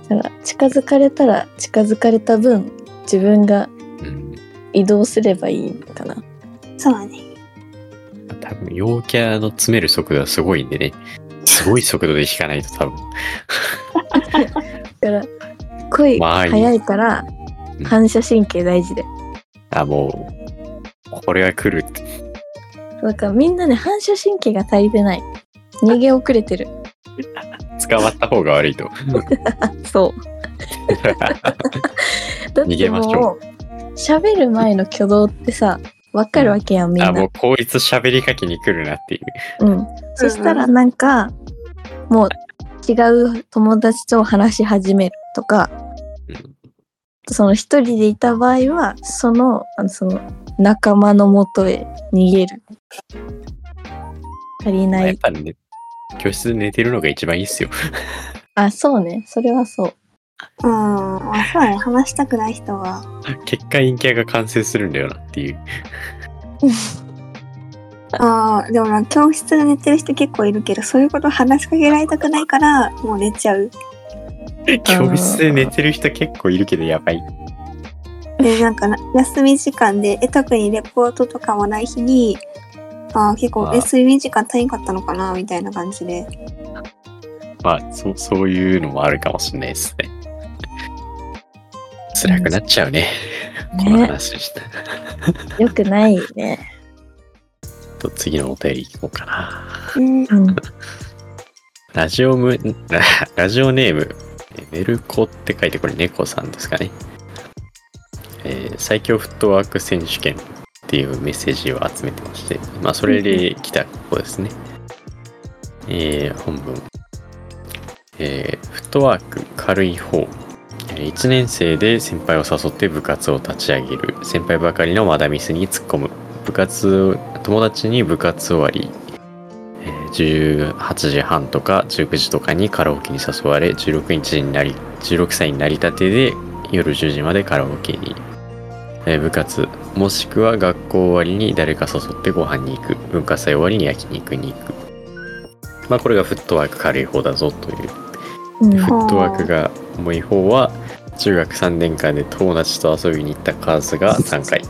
B: だから近づかれたら近づかれた分自分が
A: うん
B: 移動すればいいかな
C: そうだね。
A: 多分陽キャの詰める速度はすごいんでねすごい速度で引かないと多分
B: だから恋
A: まあいい
B: 早いから
A: うん
B: 反射神経大事で
A: あ、もう、これは来るって。
B: だからみんなね、反射神経が足りてない。逃げ遅れてる。
A: 捕まった方が悪い と。
B: そう。だって
A: 逃げましょ
B: もう喋る前の挙動ってさ、わかるわけやん、みんな。
A: あ、もうこいつ喋りかけに来るなっていう。
B: うん。そしたらなんか、もう違う友達と話し始めるとか、
A: うん
B: その一人でいた場合は、その、あのその仲間のもとへ逃げる。足り
A: まあ
B: な
A: やっ
B: い。
A: ぱね、教室で寝てるのが一番いいっすよ。
B: あ、そうね。それはそう。
C: うん。あそうだね。話したくない人は。
A: 結果陰キャが完成するんだよなっていう。
C: ああ、でもな、教室で寝てる人結構いるけど、そういうこと話しかけられたくないから、もう寝ちゃう。
A: 教室で寝てる人結構いるけどやばい。
C: で、なんかな、休み時間で、え、特にレポートとかもない日に、ああ、結構
A: あ、ー
C: え、睡眠時間足りんかったのかな、みたいな感じで。
A: まあ、そう、そういうのもあるかもしれないですね。辛くなっちゃうね。この
B: ね。
A: 話した。ち
B: よくないね。
A: ょっと次のお便り行こうかな。
C: うん。
B: うん。
A: ラジオム、 んラジオネーム、メルコって書いて、これ猫さんですかね。えー最強フットワーク選手権っていうメッセージを集めてまして、まあ、それで来た子ですね。えー本文。えーフットワーク軽い方。1年生で先輩を誘って部活を立ち上げる。先輩ばかりのマダミスに突っ込む。部活、友達に部活終わり、えー18時半とか19時とかにカラオケに誘われ16日になり16歳になりたてで夜10時までカラオケに、えー部活もしくは学校終わりに誰か誘ってご飯に行く文化祭終わりに焼肉に行くまあこれがフットワーク軽い方だぞという
B: うん
A: フットワークが重い方は中学3年間で友達と遊びに行った数が3回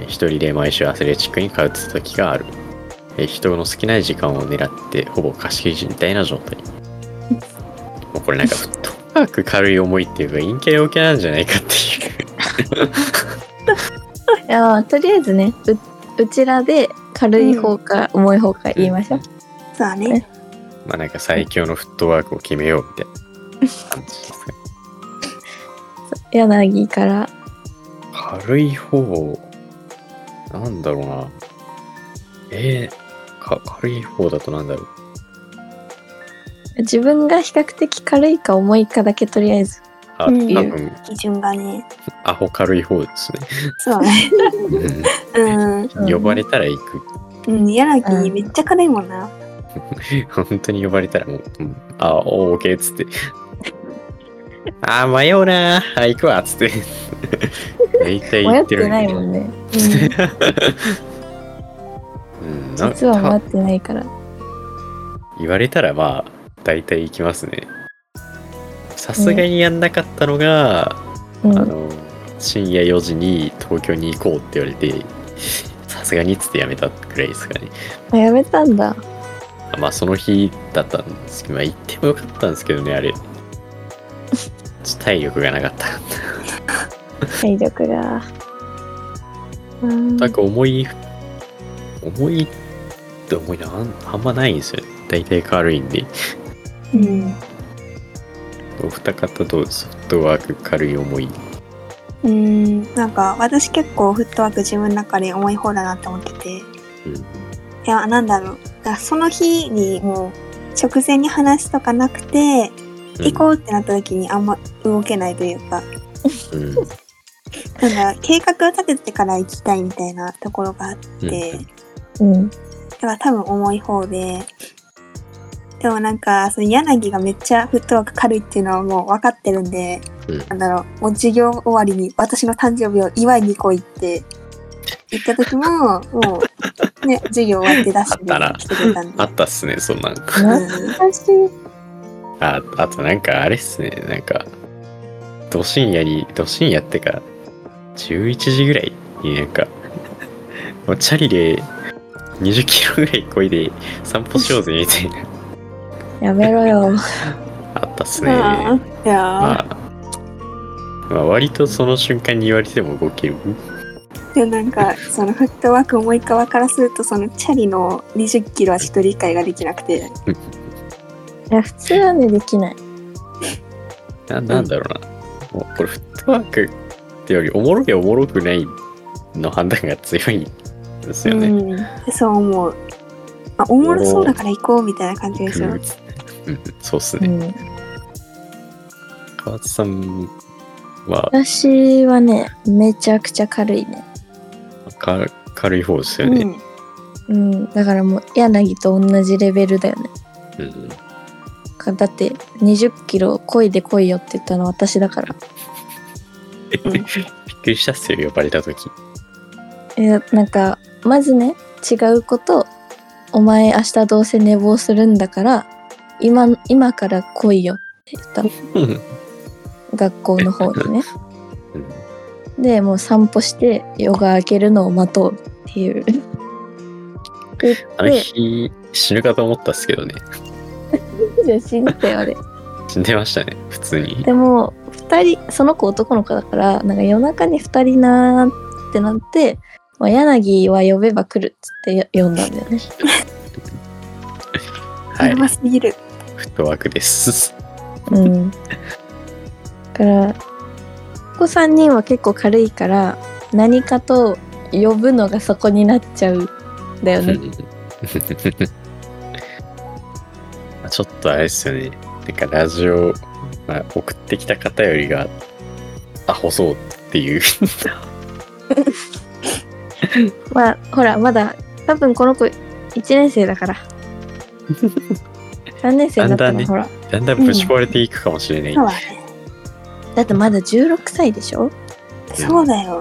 A: えー一人で毎週アスレチックに通ってた時があるえー人の少ない時間を狙ってほぼ貸し切りみたいな状態もうこれなんかフットワーク軽い思いっていうか陰キャ陽キャなんじゃないかっていう
B: いやーとりあえずねう、うちらで軽い方か重い方か言いましょう。
C: そうだね。
A: まあなんか最強のフットワークを決めようみたいな感じですかね
B: 柳から。
A: 軽い方なんだろうなえー、か軽い方だとなんだろう
B: 自分が比較的軽いか重いかだけとりあえず。
A: あ、多
C: うん
A: 分、
C: 基準がね。
A: アホ軽い方です
C: そうだね。
A: ね。
C: うん。
B: うん
A: 呼ばれたら行く。
C: うん、柳、めっちゃ軽いもんな。
A: 本当に呼ばれたらもう、うんあ、オーケーっつって。あ、迷うなあ、行くわっつって。 大体
B: 迷
A: 言
B: っ
A: って
B: て
A: る
B: ないもん
A: ね。
B: ね。
A: うん、な
B: 実は
A: た
B: 迷ってないから。
A: 言われたらまあ、大体行きますね。さすがにやんなかったのが、
B: うん
A: あの、深夜4時に東京に行こうって言われて、さすがにっつってやめたくらいですかね。
B: あやめたんだ。
A: まあその日だったんですけど、まあ行ってもよかったんですけどね、あれ。ちょっと体力がなかった。
B: 体力が。うん
A: なんか重い、重いって思いな、あんあんまないんですよね。大体軽いんで。
C: うん。
A: お二方とソフトワーク軽い重い。
C: うん。なんか、私結構フットワーク自分の中で重い方だなって思ってて。
A: うん
C: いや、なんだろう。だからその日にもう、直前に話とかなくて、行こうってなった時にあんま動けないというか、
A: うん。うん
C: なんか計画を立ててから行きたいみたいなところがあっ
A: う
C: て、
A: ん
B: うん。
C: だから多分重い方で、でもなんか、その柳がめっちゃフットワーク軽いっていうのはもう分かってるんで、
A: うん
C: なんだろう、もう授業終わりに私の誕生日を祝いに来いって言った時も、もう、 ね、授業終わってダッシ
A: あった
C: ュ
A: な
C: で来てくれたんで
A: あ。ったっすね、そんなんか。
B: 懐
C: うん
B: かしい。
A: あ、あとなんかあれっすね、なんか、ど深夜に、ど深夜ってか、11時ぐらいになんか、もうチャリで20キロぐらいこいで散歩しようぜみたいな、
B: やめ ろよ。
A: あったっすね。
C: あ
A: ま
C: ーいやー
A: あ、まあ、割とその瞬間に言われても動ける。
C: でなんかそのフットワーク重い側からするとそのチャリの20キロはちょっと理解ができなくて
B: いや普通はねできない
A: ななんだろうな、もうこれフットワークってよりおもろいおもろくないの判断が強いんですよね、
C: うん、そう思う、まあ、おもろそうだから行こうみたいな感じですよ
A: うんそうっす
B: う
A: ね、
B: ん
A: 川津さんは
B: 私はねめちゃくちゃ軽いね
A: か軽い方です
C: う
A: よね、
C: ん、
B: うんだからもう柳と同じレベルだよね
A: うん
B: かだって20キロ漕いで来いよって言ったの私だから
C: うん
A: びっくりしたっすよ呼ばれた時
B: えなんかまずね違うことお前明日どうせ寝坊するんだから今今から来いよって言ったの
A: うん
B: 学校の方にね
A: うん
B: でもう散歩して夜が明けるのを待とうっていう言って
A: あの日死ぬかと思ったっすけどね
B: じゃあ信じてあれ
A: 死んでましたね普通 に
B: でも2人その子男の子だからなんか夜中に2人なーってなって、まあ、柳は呼べば来るっつって呼んだんだよね
A: は
C: や
A: い
C: ばすぎる、
A: フットワークです
B: うん。だから、ここ3人は結構軽いから、何かと呼ぶのがそこになっちゃうんだよ
A: う
B: ね。
A: ん ちょっとあれですよね。なんかラジオ、まあ、送ってきた方よりが、アホそうっていう。
B: まあ、ほら、まだ、多分この子1年生だから。3年生だった
A: だんだん
B: ら
A: ね
B: ほら。
A: だんだんぶち壊れていくかもしれない。
C: そうだね
B: だってまだ16歳でしょ
C: そうだよ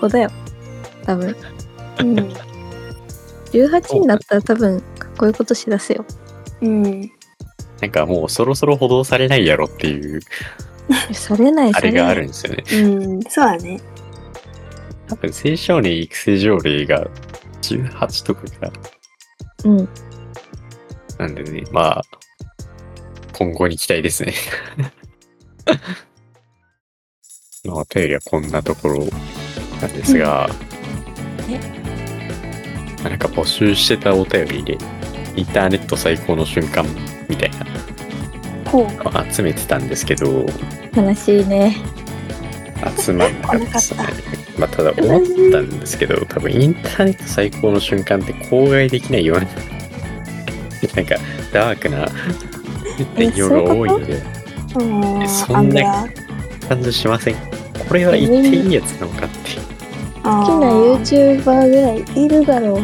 B: 子だよ。多分。
C: うん、
B: 18になったら多分、こういうことしだすよ。
C: うん、
A: なんかもうそろそろ補導されないやろっていう、
B: されない、
A: あ
B: さ
A: れ
B: れ
A: が
B: な
A: あ
B: い。
A: るんですよね。
C: うん、そうだね
A: 多分青少年育成条例が18とかから
B: うん。
A: なんでね、まあ、今後に期待ですね。 まあ、お便りはこんなところなんですが、
B: うん
A: まあなんか募集してたお便りで、インターネット最高の瞬間みたいな
C: こう
A: のを集めてたんですけど、
B: 悲しいね。
A: 集まんなかったですね
C: 来
A: ま
C: な。
A: あ、ただ思ったんですけど、多分インターネット最高の瞬間って公害できないような、なんかダークな
B: え
A: 内容が多いので、
C: うん
A: えそんな
C: アングラ
A: 感じしませんこれは言っていいやつなのかっていう
B: 好
C: 好
B: きな YouTuber ぐらいいるだろう。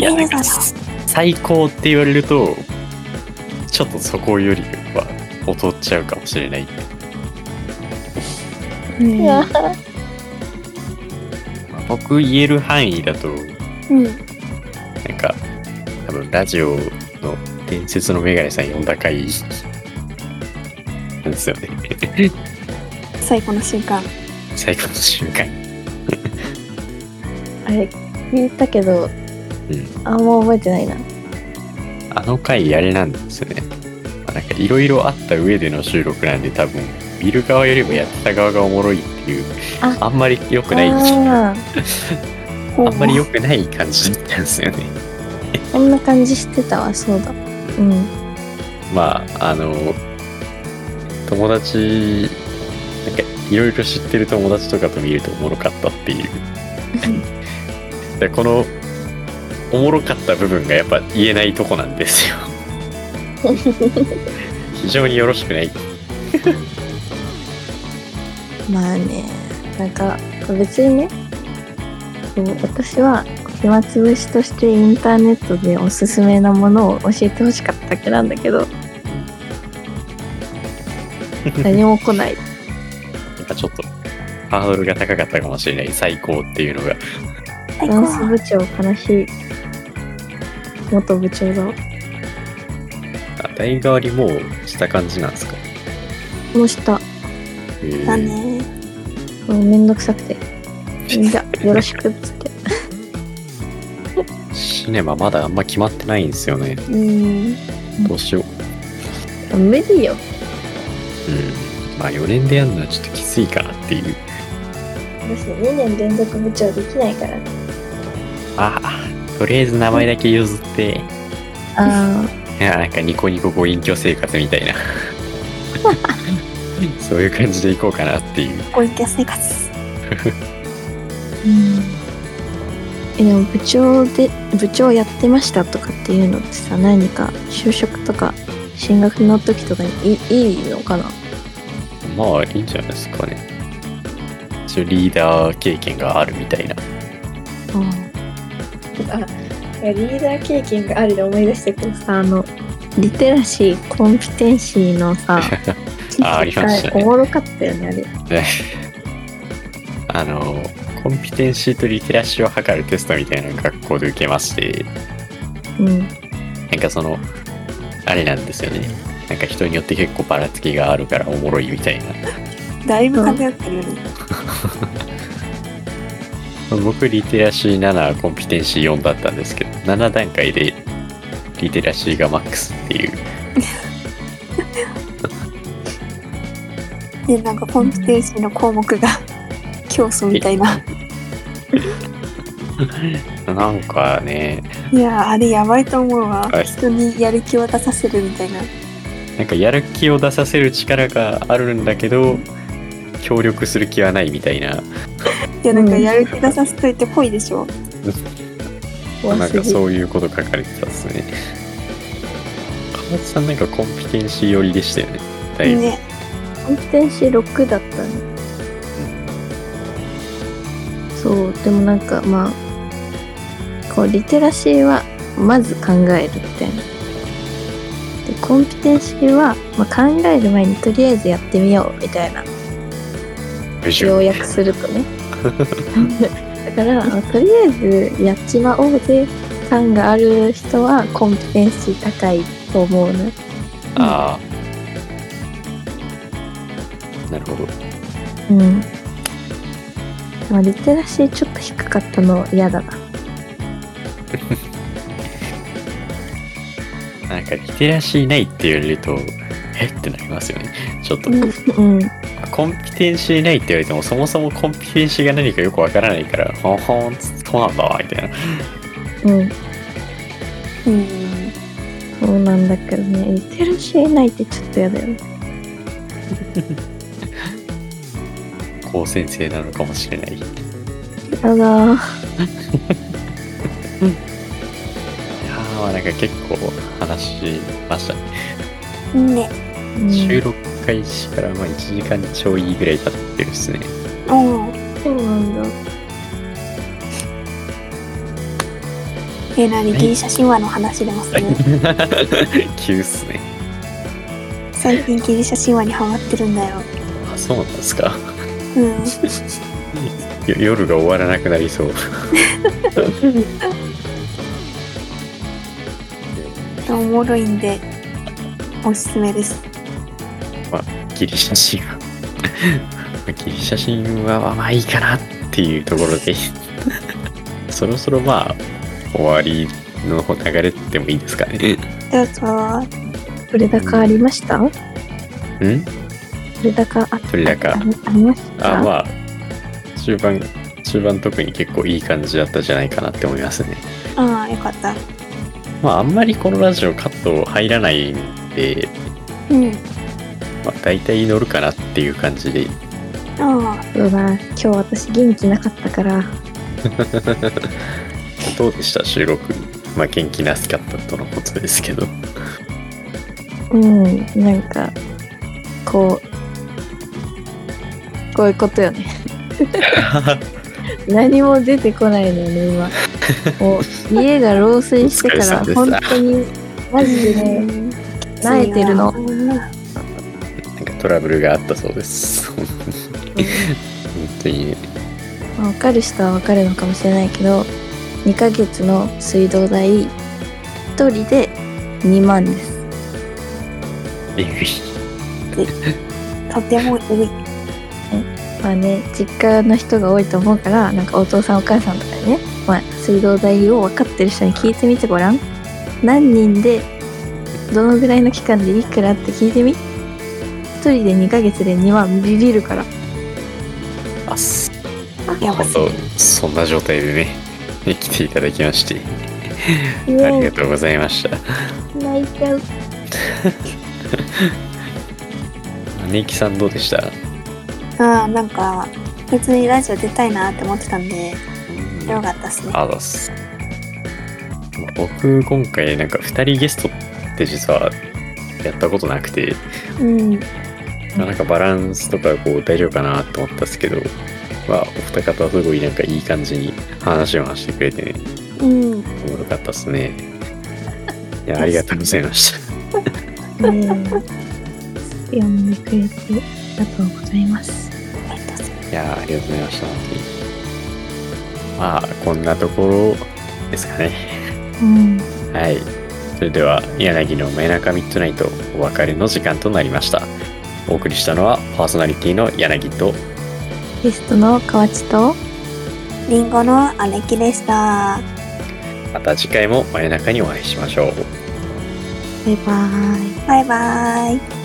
A: いやなんか最高って言われるとちょっとそこよりは劣っちゃうかもしれない
C: うん
B: いや
A: まあ僕言える範囲だとな
C: うん
A: んか多分ラジオの伝説のメガネさん呼んだ回なんですよね
C: 最高の瞬間
A: 最高の瞬間
B: あれ聞いたけど、
A: ん
B: あんま覚えてないな
A: あの回あれなんですよね。まあなんかいろいろあった上での収録なんで多分見る側よりもやった側がおもろいっていう
B: あ
A: あんまり良くないあ
B: あ
C: こうん
A: まり良くない感じなんですよね。
B: ーこんな感じしてたわそうだうん
A: まああの友達なんかいろいろ知ってる友達とかと見るとおもろかったっていう。でこのおもろかった部分がやっぱ言えないとこなんです よ。非常によろしくない。
B: まあねなんか別にねこう私は暇つぶしとしてインターネットでおすすめなものを教えてほしかっただけなんだけど何も来ない
A: なんかちょっとハードルが高かったかもしれない最高っていうのが
C: 最
B: ダンス
C: 高
B: 部長悲しい元部長だわ
A: あ代替わりもうした感じなんですか
B: もうした
C: だね
B: もうめんどくさくてじゃあよろしくっつって
A: シネマまだあんま決まってないんですよね
C: うん
A: どうしよう
B: 無理よ
A: うんまあ4年でやるのはちょっときついかなっていう。
B: 私2年連続部長できないからね
A: ああ、とりあえず名前だけ譲って。
B: あ
A: いや、なんかニコニコご隠居生活みたいな。そういう感じでいこうかなっていう。
C: ご隠居生活。
B: あうんえでも部長で部長やってましたとかっていうのってさ何か就職とか進学の時とかにいいいのかな
A: まあいいんじゃないですかね。一応リーダー経験があるみたいな。
B: あいやリーダー経験があるで思い出してくるさあのリテラシーコンピテンシーの さ
A: あありましたね
B: おもろかったよねあれ
A: あの、コンピテンシーとリテラシーを測るテストみたいなのを学校で受けまして、
B: うん
A: なんかその、あれなんですよね。なんか人によって結構ばらつきがあるからおもろいみたいな。
C: だいぶ偏ってるよね。
A: 僕リテラシー7コンピテンシー4だったんですけど7段階でリテラシーがマックスっていう
C: で、なんかコンピテンシーの項目が競争みたいな。
A: なんかね
C: いやー、あれやばいと思うわ
A: は。い
C: 人にやる気を出させるみたいな。
A: なんかやる気を出させる力があるんだけど協力する気はないみたいない
C: や、なんかやる気出させといてぽいでしょ。
A: な
B: 怖
A: ん
B: す
A: か
B: ぎ
A: そういうこと書かれてたっすね河内さんなんかコンピテンシー寄りでしたよねだいぶ、
C: ね。
B: コンピテンシー6だったねそうでもなんかまあこうリテラシーはまず考えるみたいなでコンピテンシーは、まあ、考える前にとりあえずやってみようみたいな
A: 不純
B: 要約するとねだからあとりあえずやっちまおうぜ感がある人はコンピテンシー高いと思うね
A: ああなるほど
B: うんまあリテラシーちょっと低かったの嫌だな
A: なんかリテラシーないって言われるとえってなりますよねちょっと
B: うん
A: コンピテンシーないって言われてもそもそもコンピテンシーが何かよくわからないからほんほんつそうなんだわみたいな
B: うん
C: うん。
B: そうなんだけどねリテラシーないってちょっと嫌だよね
A: 高先生なのかもしれない
B: ただ
A: ああなんか結構話しましたね、
C: ね。
B: うん
A: 収録開始からまあ1時間ちょいぐらい経ってるっすね
C: うん。
B: そうなんだ
C: え、なに、ギリシャ神話の話出ますね。
A: 急っすね
C: 最近ギリシャ神話にハマってるんだよ。
A: あそうなんですか
C: うん。
A: よ夜が終わらなくなりそう
C: おもろいんで、おすすめです。
A: ギリシャ 神話ギリシャ神話はまあいいかなっていうところで そろそろまあ終わりの流れってもいいですかね
C: どうぞ。
B: 取れ高ありました
A: うん
B: 取れ高あ
A: 取れ高
B: あありました
A: あまあ中盤中盤特に結構いい感じだったんじゃないかなって思いますね
C: ああ、よかった。
A: まああんまりこのラジオカット入らないんで、
C: うん。
A: まあ、大体乗るかなっていう感じで
C: あ
B: そうだ今日私元気なかったから
A: どうでした収録まあ元気なすかったとのことですけど
B: うんなんかこうこういうことよね 何も出てこないのよね 今もう家が漏水してか
A: お疲
B: ら
A: れ様
B: 本
A: でした
B: 当にマジで
C: あ。
B: ね
C: ん。
B: 慣れてる
A: な
B: の
A: んかトラブルがあったそうです。本当にね。
B: まあ分かる人は分かるのかもしれないけど2ヶ月の水道代1人で2万です
C: とてもいい。
B: まあね実家の人が多いと思うからなんかお父さんお母さんとかにね、まあ、水道代を分かってる人に聞いてみてごらん何人でどのぐらいの期間でいくらって聞いてみ人で2ヶ月で2万ビビ るから
A: あす
C: あや
A: 本
C: ばそう
A: 当そんな状態でねね来ていただきまして
B: イ
A: あり
B: エ
A: がとうございました
B: ーイ泣いちゃう
A: 姉貴さんどうでした
C: あーなんか別にラジオ出たいなって思ってたんでよかったっすね
A: あざっす僕今回なんか2人ゲストって実はやったことなくて、
B: うん
A: まあなんかバランスとかこう大丈夫かなと思ったんですけど、まあ、お二方すごいなんかいい感じに話をしてくれてね
B: うん
A: おもろかったっすねいやありがとうございました
B: 読んでくれてありがとうございます。
C: ありがとうございます
A: いやーありがとうございました本当にまあこんなところですかね
B: うん、
A: はいそれでは柳のメナカミッドナイトお別れの時間となりましたお送りしたのはパーソナリティの柳と
B: ゲストの河内と
C: リンゴの姉貴でした
A: また次回も真夜中にお会いしましょう
B: バイバーイ。
C: バイバイ